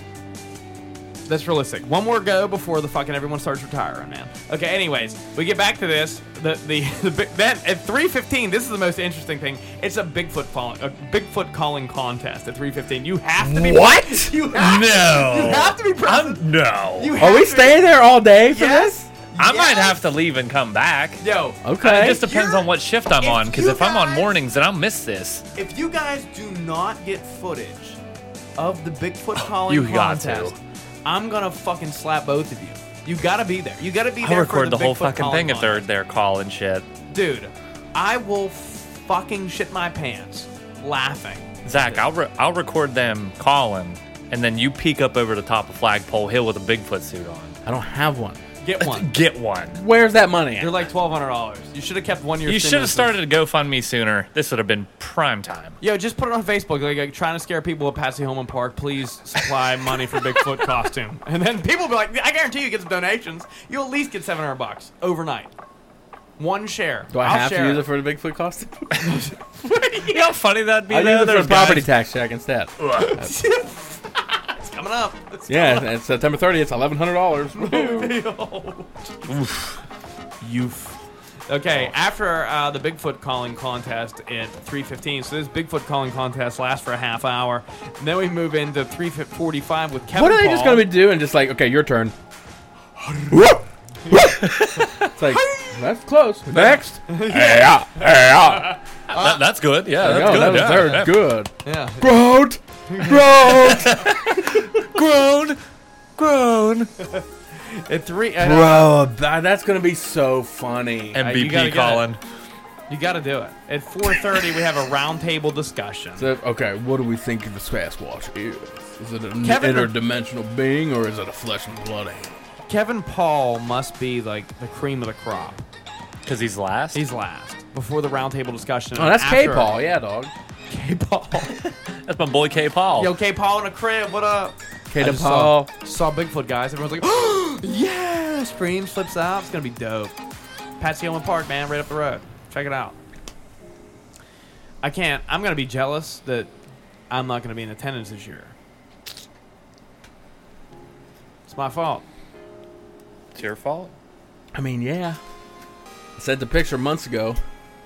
A: That's realistic. One more go before the fucking everyone starts retiring, man. Okay. Anyways, we get back to this. The the, the big- then at 3:15, this is the most interesting thing. It's a Bigfoot falling, a Bigfoot calling contest at 3:15. You have to be
D: What?
A: You have,
B: No.
A: You have to be present.
B: No.
A: You
C: Are
A: have
C: we
A: to be-
C: staying there all day for
A: Yes.
B: I might
A: Yes.
B: have to leave and come back.
A: Yo.
C: Okay.
B: It just depends
A: You're-
B: on what shift I'm
A: if
B: on, because
A: you
B: if I'm on
A: guys-
B: mornings, then I'll miss this.
A: If you guys do not get footage of the Bigfoot calling
B: Oh, You got
A: contest,
B: to.
A: I'm gonna fucking slap both of you. You gotta be there. You gotta be
B: I'll
A: there. for
B: record the, whole
A: Bigfoot
B: fucking
A: calling
B: thing if they're
A: contest.
B: they're calling shit.
A: Dude, I will fucking shit my pants laughing.
B: Zach, I'll re- I'll record them calling, and then you peek up over the top of Flagpole Hill with a Bigfoot suit on.
C: I don't have one.
A: Get one.
B: Get one.
C: Where's that money?
A: You're like twelve hundred dollars. You should have kept one year.
B: You should have started a GoFundMe sooner. This would have been prime time.
A: Yo, just put it on Facebook. Like, like, trying to scare people at Patsy Holman Park. Please supply money for Bigfoot costume. And then people will be like, I guarantee you get some donations. You'll at least get seven hundred bucks overnight. One share.
C: Do I
A: I'll
C: have to
A: share
C: use it for the Bigfoot costume?
B: You know how funny that'd be.
C: I
B: though?
C: use it for
B: There's
C: a property
B: guys-
C: tax check instead.
A: It's coming up. It's
C: yeah, it's September 30th. It's eleven hundred dollars.
A: Youth. Okay, after uh, the Bigfoot calling contest at 3:15, so this Bigfoot calling contest lasts for a half hour. And then we move into 3:45 with Kevin.
C: What are they just
A: Paul.
C: gonna be doing? Just like, okay, your turn. it's like that's close. Next. yeah, yeah.
B: That- that's good. Yeah, that's
C: Oh,
B: good.
C: that was
B: yeah.
C: very good.
A: Yeah.
C: Groat, groat,
B: Grown, grown.
A: At three, uh, I know,
C: bro. That, that's gonna be so funny.
A: you gotta
B: MVP
A: get it.
B: calling.
A: you got to do it. At 4:30, we have a roundtable discussion.
C: So, okay, what do we think of the Sasquatch is? Is it an
A: Kevin-
C: interdimensional being or is it a flesh and blood animal?
A: Kevin Paul must be like the cream of the crop.
B: Because he's last.
A: He's last before the roundtable discussion.
C: Oh, that's
A: After-
C: K-Paul, yeah, dog.
A: K-Paul.
B: that's my boy K. Paul.
A: Yo, K-Paul in a crib. What up? I just
C: K-Paul.
A: Saw, saw Bigfoot guys. Everyone's like, oh, yeah! Scream slips out. It's gonna be dope. Patsy Owen Park, man, right up the road. Check it out. I can't. I'm gonna be jealous that I'm not gonna be in attendance this year. It's my fault.
B: it's your fault.
C: I mean, yeah. I sent the picture months ago.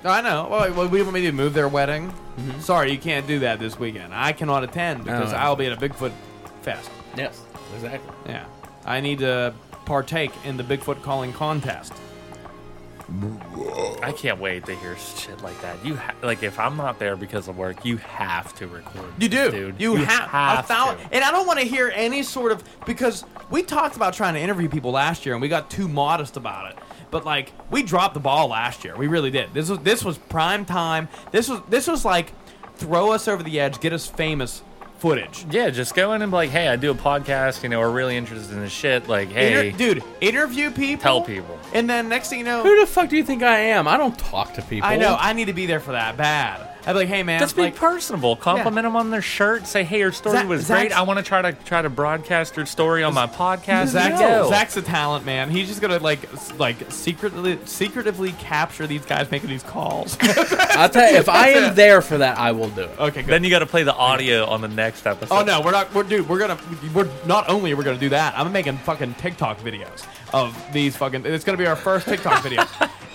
A: I know. Well, well, we want me to move their wedding. Sorry, you can't do that this weekend. I cannot attend because
C: Oh.
A: I'll be at a Bigfoot fest.
C: Yes, exactly.
A: Yeah, I need to partake in the Bigfoot calling contest.
B: I can't wait to hear shit like that. You ha- like if I'm not there because of work, you have to record.
A: You do.
B: this, dude.
A: You, ha-
B: have
A: a thou-
B: to.
A: And I don't want to hear any sort of because we talked about trying to interview people last year and we got too modest about it. But like we dropped the ball last year. We really did. This was this was prime time. This was this was like throw us over the edge, get us famous footage.
B: Yeah, just go in and be like, hey, I do a podcast. You know, we're really interested in this shit. Like, hey,
A: Inter- dude, interview people.
B: Tell people.
A: And then next thing you know,
C: Who the fuck do you think I am? I don't talk to people.
A: I know I need to be there for that bad. I'd be like, hey man,
B: Just be
A: like,
B: personable. Compliment them on their shirt. Say, "Hey, your story
A: Zach-
B: was
A: Zach's-
B: great. I want to try to try to broadcast your story on my podcast."
A: Zach's,
B: Yo.
A: Zach's a talent, man. He's just gonna like s- like secretly secretively capture these guys making these calls.
C: I'll tell you, if I am there for that, I will do it.
A: okay, good.
B: Then you got to play the audio on the next episode.
A: Oh no, we're not. We're dude. We're gonna. We're not only we're gonna do that. I'm making fucking TikTok videos of these fucking. It's gonna be our first TikTok video.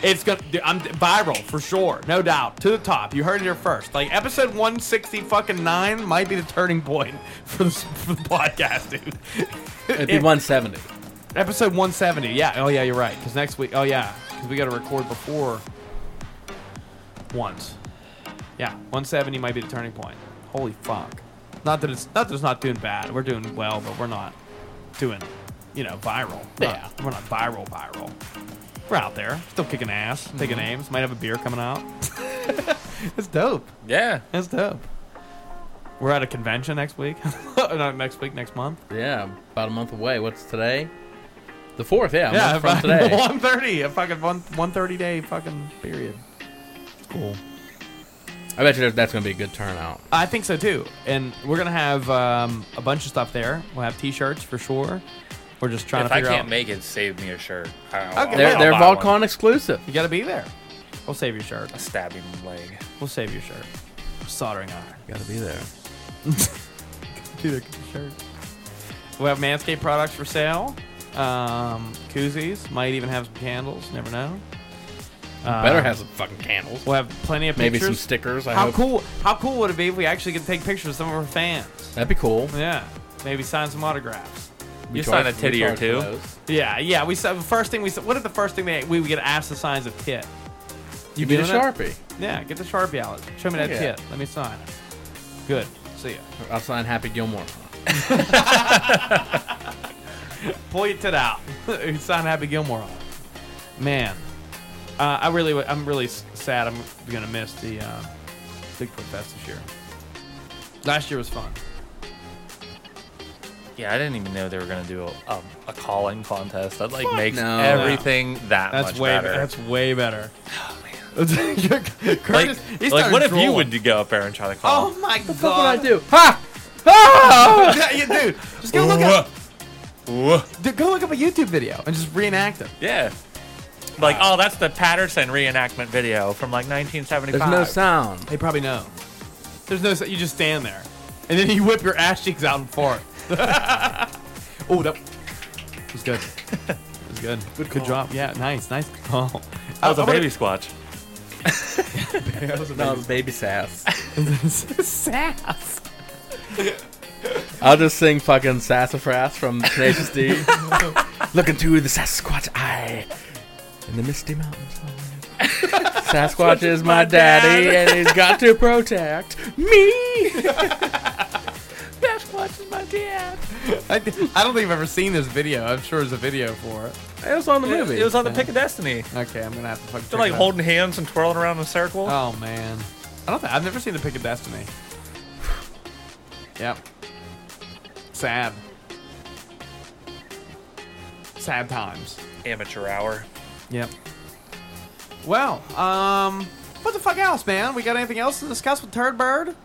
A: It's gonna. Dude, I'm viral for sure, no doubt. To the top. You heard it here first. Like episode 160 fucking nine might be the turning point for the, for the podcast, dude.
C: It'd be 170.
A: Episode 170. Yeah. Oh yeah, you're right. Because next week. Oh yeah. Because we got to record before. Once. Yeah. 170 might be the turning point. Holy fuck. Not that it's not that it's not doing bad. We're doing well, but we're not doing, you know, viral. We're not-
C: Yeah.
A: we're not viral. Viral. We're out there, still kicking ass, taking names. Might have a beer coming out. it's dope.
B: Yeah.
A: It's dope. We're at a convention next week. not next week. Next month.
C: Yeah, about a month away. What's today? The fourth, yeah. a month from
A: about
C: today.
A: 130, a fucking one, 130 day fucking period. Cool.
C: I bet you that- that's going to be a good turnout.
A: I think so too. And we're gonna have um, a bunch of stuff there. We'll have t-shirts for sure. We're just trying
B: If
A: to
B: I
A: figure
B: can't
A: out.
B: make it, save me a shirt. I'll-
A: Okay.
B: I'll-
C: They're,
A: I'll
C: they're
B: buy one.
C: Volcon exclusive.
A: you gotta be there. We'll save your shirt.
B: A stabbing leg.
A: We'll save your shirt. Soldering iron.
C: Got to be there.
A: Dude, get the shirt. We'll have Manscaped products for sale. Um, koozies. Might even have some candles. Never know.
C: Better have some fucking candles.
A: We'll have plenty of
C: Maybe
A: Uh, pictures.
C: some stickers. I
A: How
C: hope.
A: cool? How cool would it be if we actually could take pictures of some of our fans?
C: That'd be cool.
A: Yeah, maybe sign some autographs.
C: We
B: You
C: charge-
B: sign a
C: we
B: titty or
C: charge for
B: two.
C: those.
A: Yeah, yeah. We said first thing we said. What if the first thing they we would get asked to sign is a tit?
C: You need a
A: doing it?
C: sharpie.
A: Yeah, get the sharpie out. Show me that
C: Yeah.
A: tit. Let me sign it. Good. See ya.
C: I'll sign Happy Gilmore.
A: Pull your tit out. sign Happy Gilmore on. it. Man, uh, I really w- I'm really s- sad. I'm gonna miss the uh, Bigfoot Fest this year. Last year was fun.
B: Yeah, I didn't even know they were gonna do a, a, a call-in contest. That like makes
C: no.
B: everything that
A: That's
B: much
A: way
B: better. Oh,
A: that's way better.
B: like,
A: Curtis, he
B: like,
A: started
B: what if you
A: drooling.
B: would go up there and try to call?
A: Oh my god!
C: What would I do? Ha! Ha!
A: Yeah, you- dude, just go look up. Dude, go look up a YouTube video and just reenact it.
B: Yeah. Like, oh, that's the Patterson reenactment video from like 1975.
C: There's no sound.
A: They probably know. There's no. You just stand there, and then you whip your ass cheeks out and fart. oh, that was good. It was good. Good, job. Yeah, nice, nice. Oh,
B: That was
A: I- I
B: a
A: wanna-
B: baby squatch.
C: No, baby sass.
A: sass.
C: I'll just sing fucking Sassafras from Tenacious D. Look into the Sasquatch eye in the misty mountains. Sasquatch is my daddy, and he's got to protect me. Sasquatch is my dad.
A: I, I don't think I've ever seen this video. I'm sure there's a video for it.
C: It was on the movie.
B: It was on the Pick of Destiny.
A: Okay, I'm gonna have to fucking.
B: They're
A: check
B: like
A: it out.
B: holding hands and twirling around in a circle.
A: Oh man, I don't think I've never seen the Pick of Destiny. Yep. Sad. Sad times.
B: Amateur hour.
A: Yep. Well, um, what the fuck else, man? We got anything else to discuss with Turd Bird?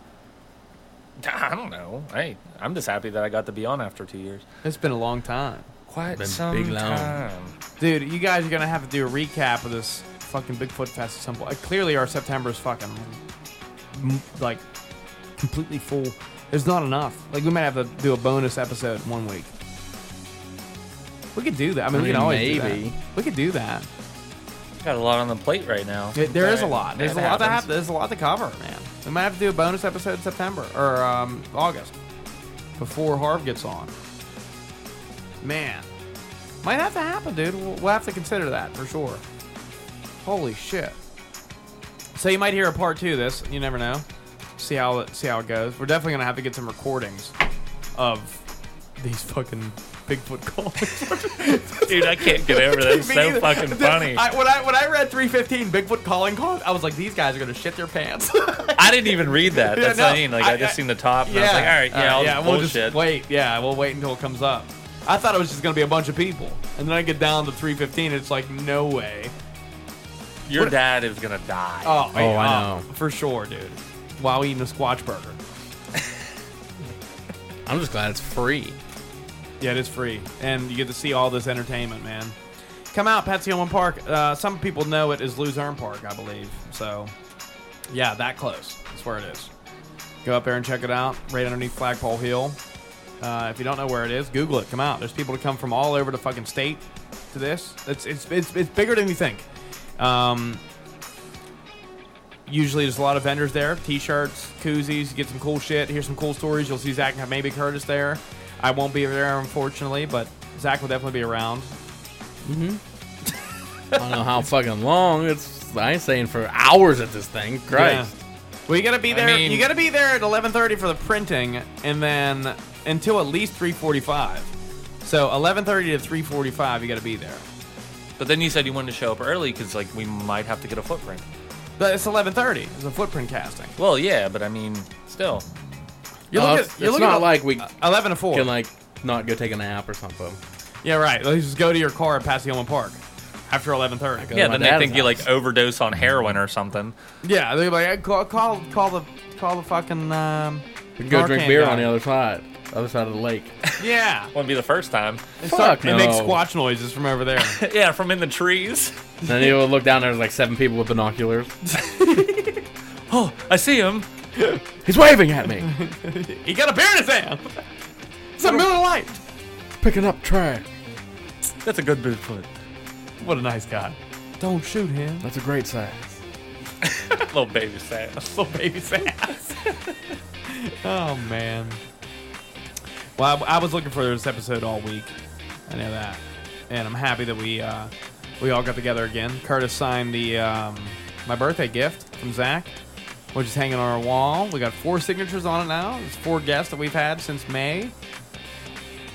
B: I don't know. Hey, I'm just happy that I got to be on after two years.
A: It's been a long time,
B: Quite
C: Been
B: some
C: big long.
B: time.
A: dude. You guys are gonna have to do a recap of this fucking Bigfoot Fest at some point. Uh, Clearly, our September is fucking m- like completely full. There's not enough. Like we might have to do a bonus episode one week. We could do that. I mean,
C: I
A: we
C: mean,
A: can always do
C: maybe.
A: that. We could do that.
B: Got a lot on the plate right now.
A: There is a
B: Okay.
A: lot. There's
B: It
A: a lot to
B: happens.
A: have. There's a lot to cover, man. We might have to do a bonus episode in September or um, August before Harv gets on. Man, might have to happen, dude. We'll, we'll have to consider that for sure. Holy shit! So you might hear a part two. Of this you never know. See how it, see how it goes. We're definitely gonna have to get some recordings of these fucking Bigfoot calls.
B: Dude, I can't get over that. It's
A: Me
B: so
A: either.
B: fucking funny. I,
A: I, when I when I read 315 Bigfoot calling calls, I was like, these guys are gonna shit their pants.
B: didn't even read that.
A: Yeah,
B: That's
A: no,
B: what I mean. Like, I,
A: I-
B: just
A: I-
B: seen the top, and I was like, all right, yeah,
A: Uh,
B: I'll
A: yeah,
B: just
A: we'll
B: bullshit.
A: just wait. Yeah, we'll wait until it comes up. I thought it was just gonna be a bunch of people, and then I get down to 315. It's like, no way.
B: Your dad is gonna die.
A: Oh,
C: Oh, I
A: uh,
C: know.
A: for sure, dude. while eating a Squatch burger.
C: I'm just glad it's free.
A: Yeah, it is free, and you get to see all this entertainment, man. Come out, Patsy Owen Park. Uh, some people know it as Luzerne Park, I believe. So, yeah, that close. That's where it is. Go up there and check it out, right underneath Flagpole Hill. Uh, if you don't know where it is, Google it. Come out. There's people to come from all over the fucking state to this. It's it's it's, it's bigger than you think. Um, usually there's a lot of vendors there t-shirts koozies you get some cool shit hear some cool stories you'll see zach and maybe curtis there i won't be there unfortunately but zach will definitely be around
C: I don't know how fucking long. It's I ain't saying for hours at this thing. Christ.
A: Yeah. well you gotta be there
B: mean-
A: you gotta be there at 11.30 for the printing and then until at least 3.45 so 11.30 to 3.45 you gotta be there
B: But then you said you wanted to show up early because like we might have to get a footprint.
A: but it's 11.30 it's a footprint casting
B: Well, yeah, but I mean, still.
A: you're
C: Uh,
A: looking at-
C: it's
A: you're
C: it's
A: looking
C: not
A: at- Uh,
C: like we
A: 11 to 4
C: can like not go take a nap or something.
A: yeah right let's just go to your car at Paseoma park after 11.30
C: Go to
B: Yeah,
C: uh, my
B: then they
C: dad's
B: think you
C: house.
B: like overdose on heroin or something.
A: Yeah, they're like, "Hey, call, call, call the, call the fucking. Um,
C: We can go drink
A: Narcan
C: beer
A: guy."
C: on the other side, other side of the lake.
A: Yeah,
B: Wouldn't be the first time.
A: and,
C: Fuck
A: start, and make
C: no.
A: squatch noises from over there.
B: yeah, from in the trees.
C: then you will look down there. There's like seven people with binoculars.
B: Oh, I see him.
C: He's waving at me,
A: he got a beer in his hand. It's a Miller Light.
C: picking up trash.
B: That's a good boot foot.
A: What a nice guy. Don't shoot him.
C: That's a great size.
B: Little baby sass.
A: Little baby's ass. oh man. Well, I, I was looking for this episode all week. I know that, and I'm happy that we uh, we all got together again. Curtis signed the um, my birthday gift from Zach, which is hanging on our wall. We got four signatures on it now. It's four guests that we've had since May.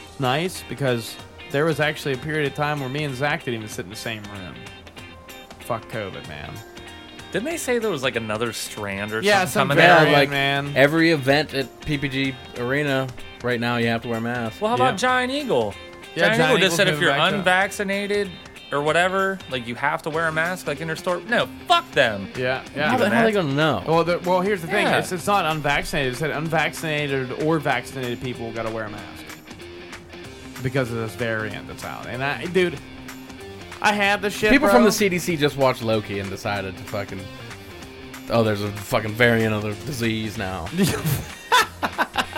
A: It's nice because there was actually a period of time where me and Zach didn't even sit in the same room. Fuck COVID, man.
B: Didn't they say there was like another strand or
A: Yeah, some
B: something coming
A: variant.
B: out?
A: Man,
C: like
A: man.
C: every event at PPG Arena right now, you have to wear a mask.
B: Well, how
A: Yeah.
B: about Giant Eagle?
A: Yeah,
B: Giant,
A: Giant
B: Eagle
A: Eagle's
B: just said if
A: moving
B: you're
A: back to-
B: unvaccinated or whatever, like you have to wear a mask, like in their store. No, fuck them.
A: Yeah, yeah.
C: How the hell are they gonna know?
A: Well, the, well, here's the thing:
B: Yeah.
A: it's, it's not unvaccinated. It said unvaccinated or vaccinated people got to wear a mask because of this variant that's out. And I, dude, I had the shit.
C: People
A: bro.
C: from the CDC just watched Loki and decided to fucking. Oh, there's a fucking variant of the disease now.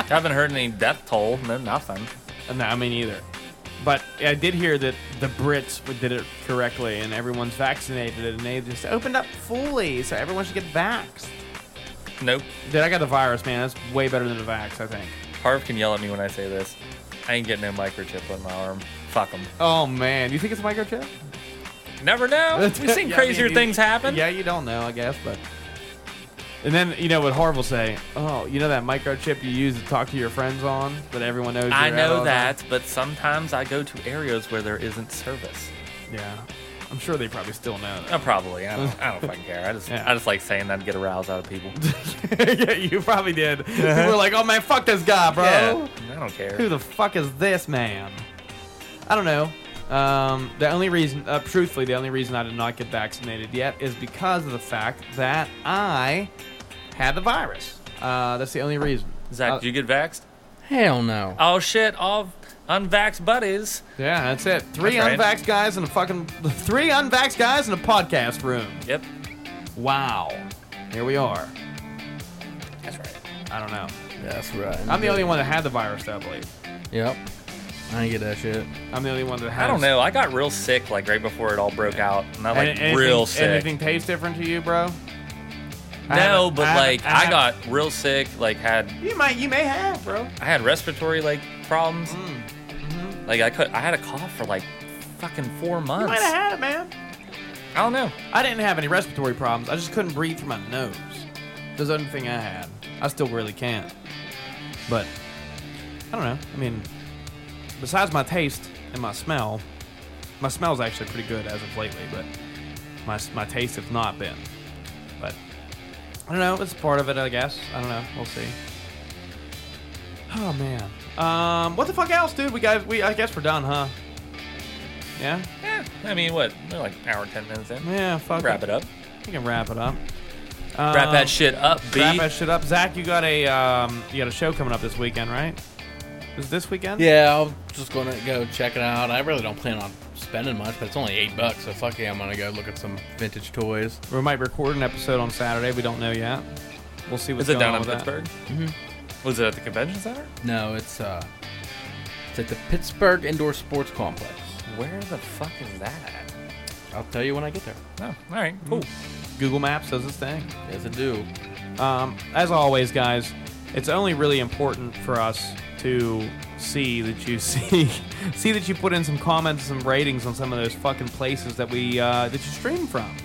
B: Haven't heard any death toll. No, nothing.
A: No, I mean either. But I did hear that the Brits did it correctly, and everyone's vaccinated, and they just opened up fully, so everyone should get vaxxed.
B: Nope.
A: Dude, I got the virus, man. That's way better than the vax, I think.
B: Harv can yell at me when I say this. I ain't getting no microchip on my arm. Fuck them.
A: Oh man, you think it's a microchip?
B: Never know. We've seen
A: Yeah, I mean,
B: crazier
A: you-
B: things happen.
A: Yeah, you don't know, I guess, but. And then you know what Harv will say? Oh, you know that microchip you use to talk to your friends on that everyone knows.
B: I
A: you're
B: know
A: out
B: that, but sometimes I go to areas where there isn't service.
A: on? Yeah, I'm sure they probably still know
B: Uh, probably. I don't, I don't fucking care. I just,
A: Yeah.
B: I just like saying that to get a rouse out of people.
A: that. yeah, you probably did. People were like, "Oh man, fuck this guy, bro.
B: Yeah, I don't
A: Who
B: care.
A: the fuck is this man?" I don't know. Um, the only reason, uh, truthfully, the only reason I did not get vaccinated yet is because of the fact that I had the virus. Uh, that's the only reason.
B: Zach,
A: Uh,
B: did you get vaxxed?
C: Hell no.
B: Oh shit! All unvaxxed buddies.
A: Yeah, that's it. Three
B: That's right.
A: unvaxxed guys in a fucking three unvaxxed guys in a podcast room.
B: Yep.
A: Wow. Here we are.
B: That's right.
A: I don't know.
C: That's right.
A: I'm the only one that had the virus, though, I believe.
C: Yep. I ain't get that shit.
A: I'm the only one that had.
B: I don't know. I got real sick like right before it all broke out, and I like
A: Any- anything,
B: real sick.
A: Anything taste different to you, bro? I
B: No,
A: haven't-
B: but
A: haven't-
B: like I,
A: haven't-
B: got real sick. Like had
A: You might. You may have, bro.
B: I had respiratory like problems.
A: Mm. Mm-hmm.
B: Like I could I had a cough for like fucking four
A: You might
B: months.
A: have had it, man.
B: I don't know.
A: I didn't have any respiratory problems. I just couldn't breathe through my nose. That's the only thing I had. I still really can't. But I don't know. I mean, besides my taste and my smell, my smell's actually pretty good as of lately. But my my taste has not been. But I don't know. It's part of it, I guess. I don't know. We'll see. Oh man. Um, what the fuck else, dude? We guys, we I guess we're done, huh? Yeah.
B: Yeah. I mean, what? We're like an hour and ten minutes in.
A: Yeah. Fuck.
B: Wrap it up.
A: We can wrap it up.
B: Wrap that shit up, B.
A: Um, Wrap that shit up. Zach, you got a um, you got a show coming up this weekend, right? Is this weekend?
C: Yeah, I'm just gonna go check it out. I really don't plan on spending much, but it's only eight bucks, so fuck yeah, I'm gonna go look at some vintage toys.
A: We might record an episode on Saturday. We don't know yet. We'll see what's
B: Is
A: going
B: it down
A: on
B: in
A: with that. Mm-hmm.
B: Pittsburgh? Was it at the convention center?
C: No, it's uh, it's at the Pittsburgh Indoor Sports Complex.
B: Where the fuck is that at?
C: I'll tell you when I get there.
B: Oh, all right, cool.
A: Google Maps does its thing.
C: Yes, I do.
A: Um, as always, guys, it's only really important for us to see that you see see that you put in some comments, some ratings on some of those fucking places that we uh, that you stream from.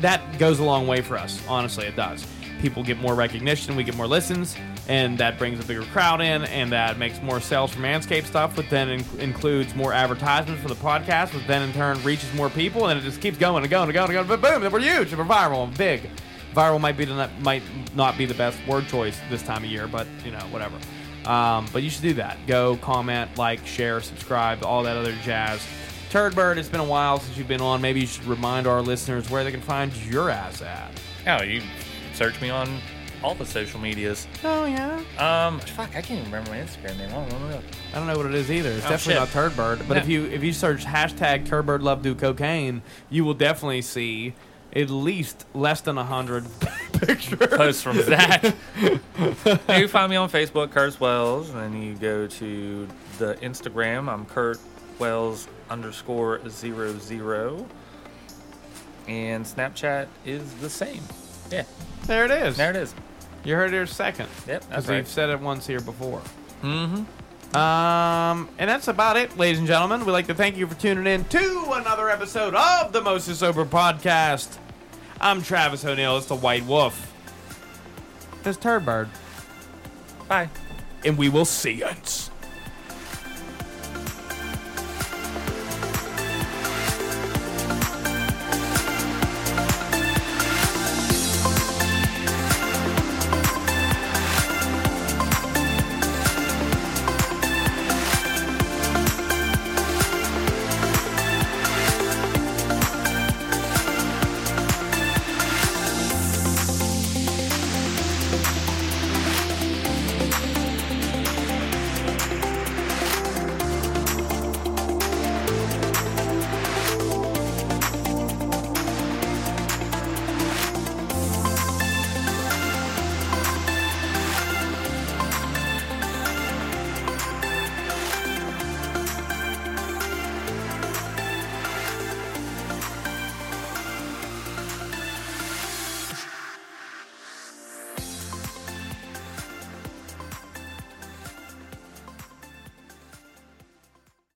A: That goes a long way for us. Honestly, it does. People get more recognition, we get more listens, and that brings a bigger crowd in, and that makes more sales for Manscaped stuff, which then in- includes more advertisements for the podcast, which then in turn reaches more people, and it just keeps going and going and going and going. But boom, then we're huge, and we're viral, and big viral might be the not, might not be the best word choice this time of year, but you know whatever. Um, but you should do that. Go comment, like, share, subscribe, all that other jazz. Turd Bird, it's been a while since you've been on. Maybe you should remind our listeners where they can find your ass at.
B: Oh, you search me on all the social medias.
A: Oh yeah,
B: Um, fuck, I can't even remember my Instagram name. I don't remember.
A: I don't know what it is either. It's
B: Oh,
A: definitely
B: shit.
A: not Turd Bird. But if
B: Yeah.
A: you if you search hashtag Turd Bird Love Do Cocaine, you will definitely see at least less than a hundred pictures.
B: Post from Zach. you find me on Facebook, Curtis Wells, and then you go to the Instagram. I'm Kurt Wells underscore zero zero, and Snapchat is the same. Yeah,
A: There it is.
B: there it is.
A: You heard it here second.
B: Yep,
A: as
B: that's
A: we've
B: right.
A: said it once here before. Mm-hmm. Um, and that's about it, ladies and gentlemen. We'd like to thank you for tuning in to another episode of the Mostly Sober Podcast. I'm Travis O'Neill. It's the White Wolf. This Turd Bird.
B: Bye.
A: And we will see you.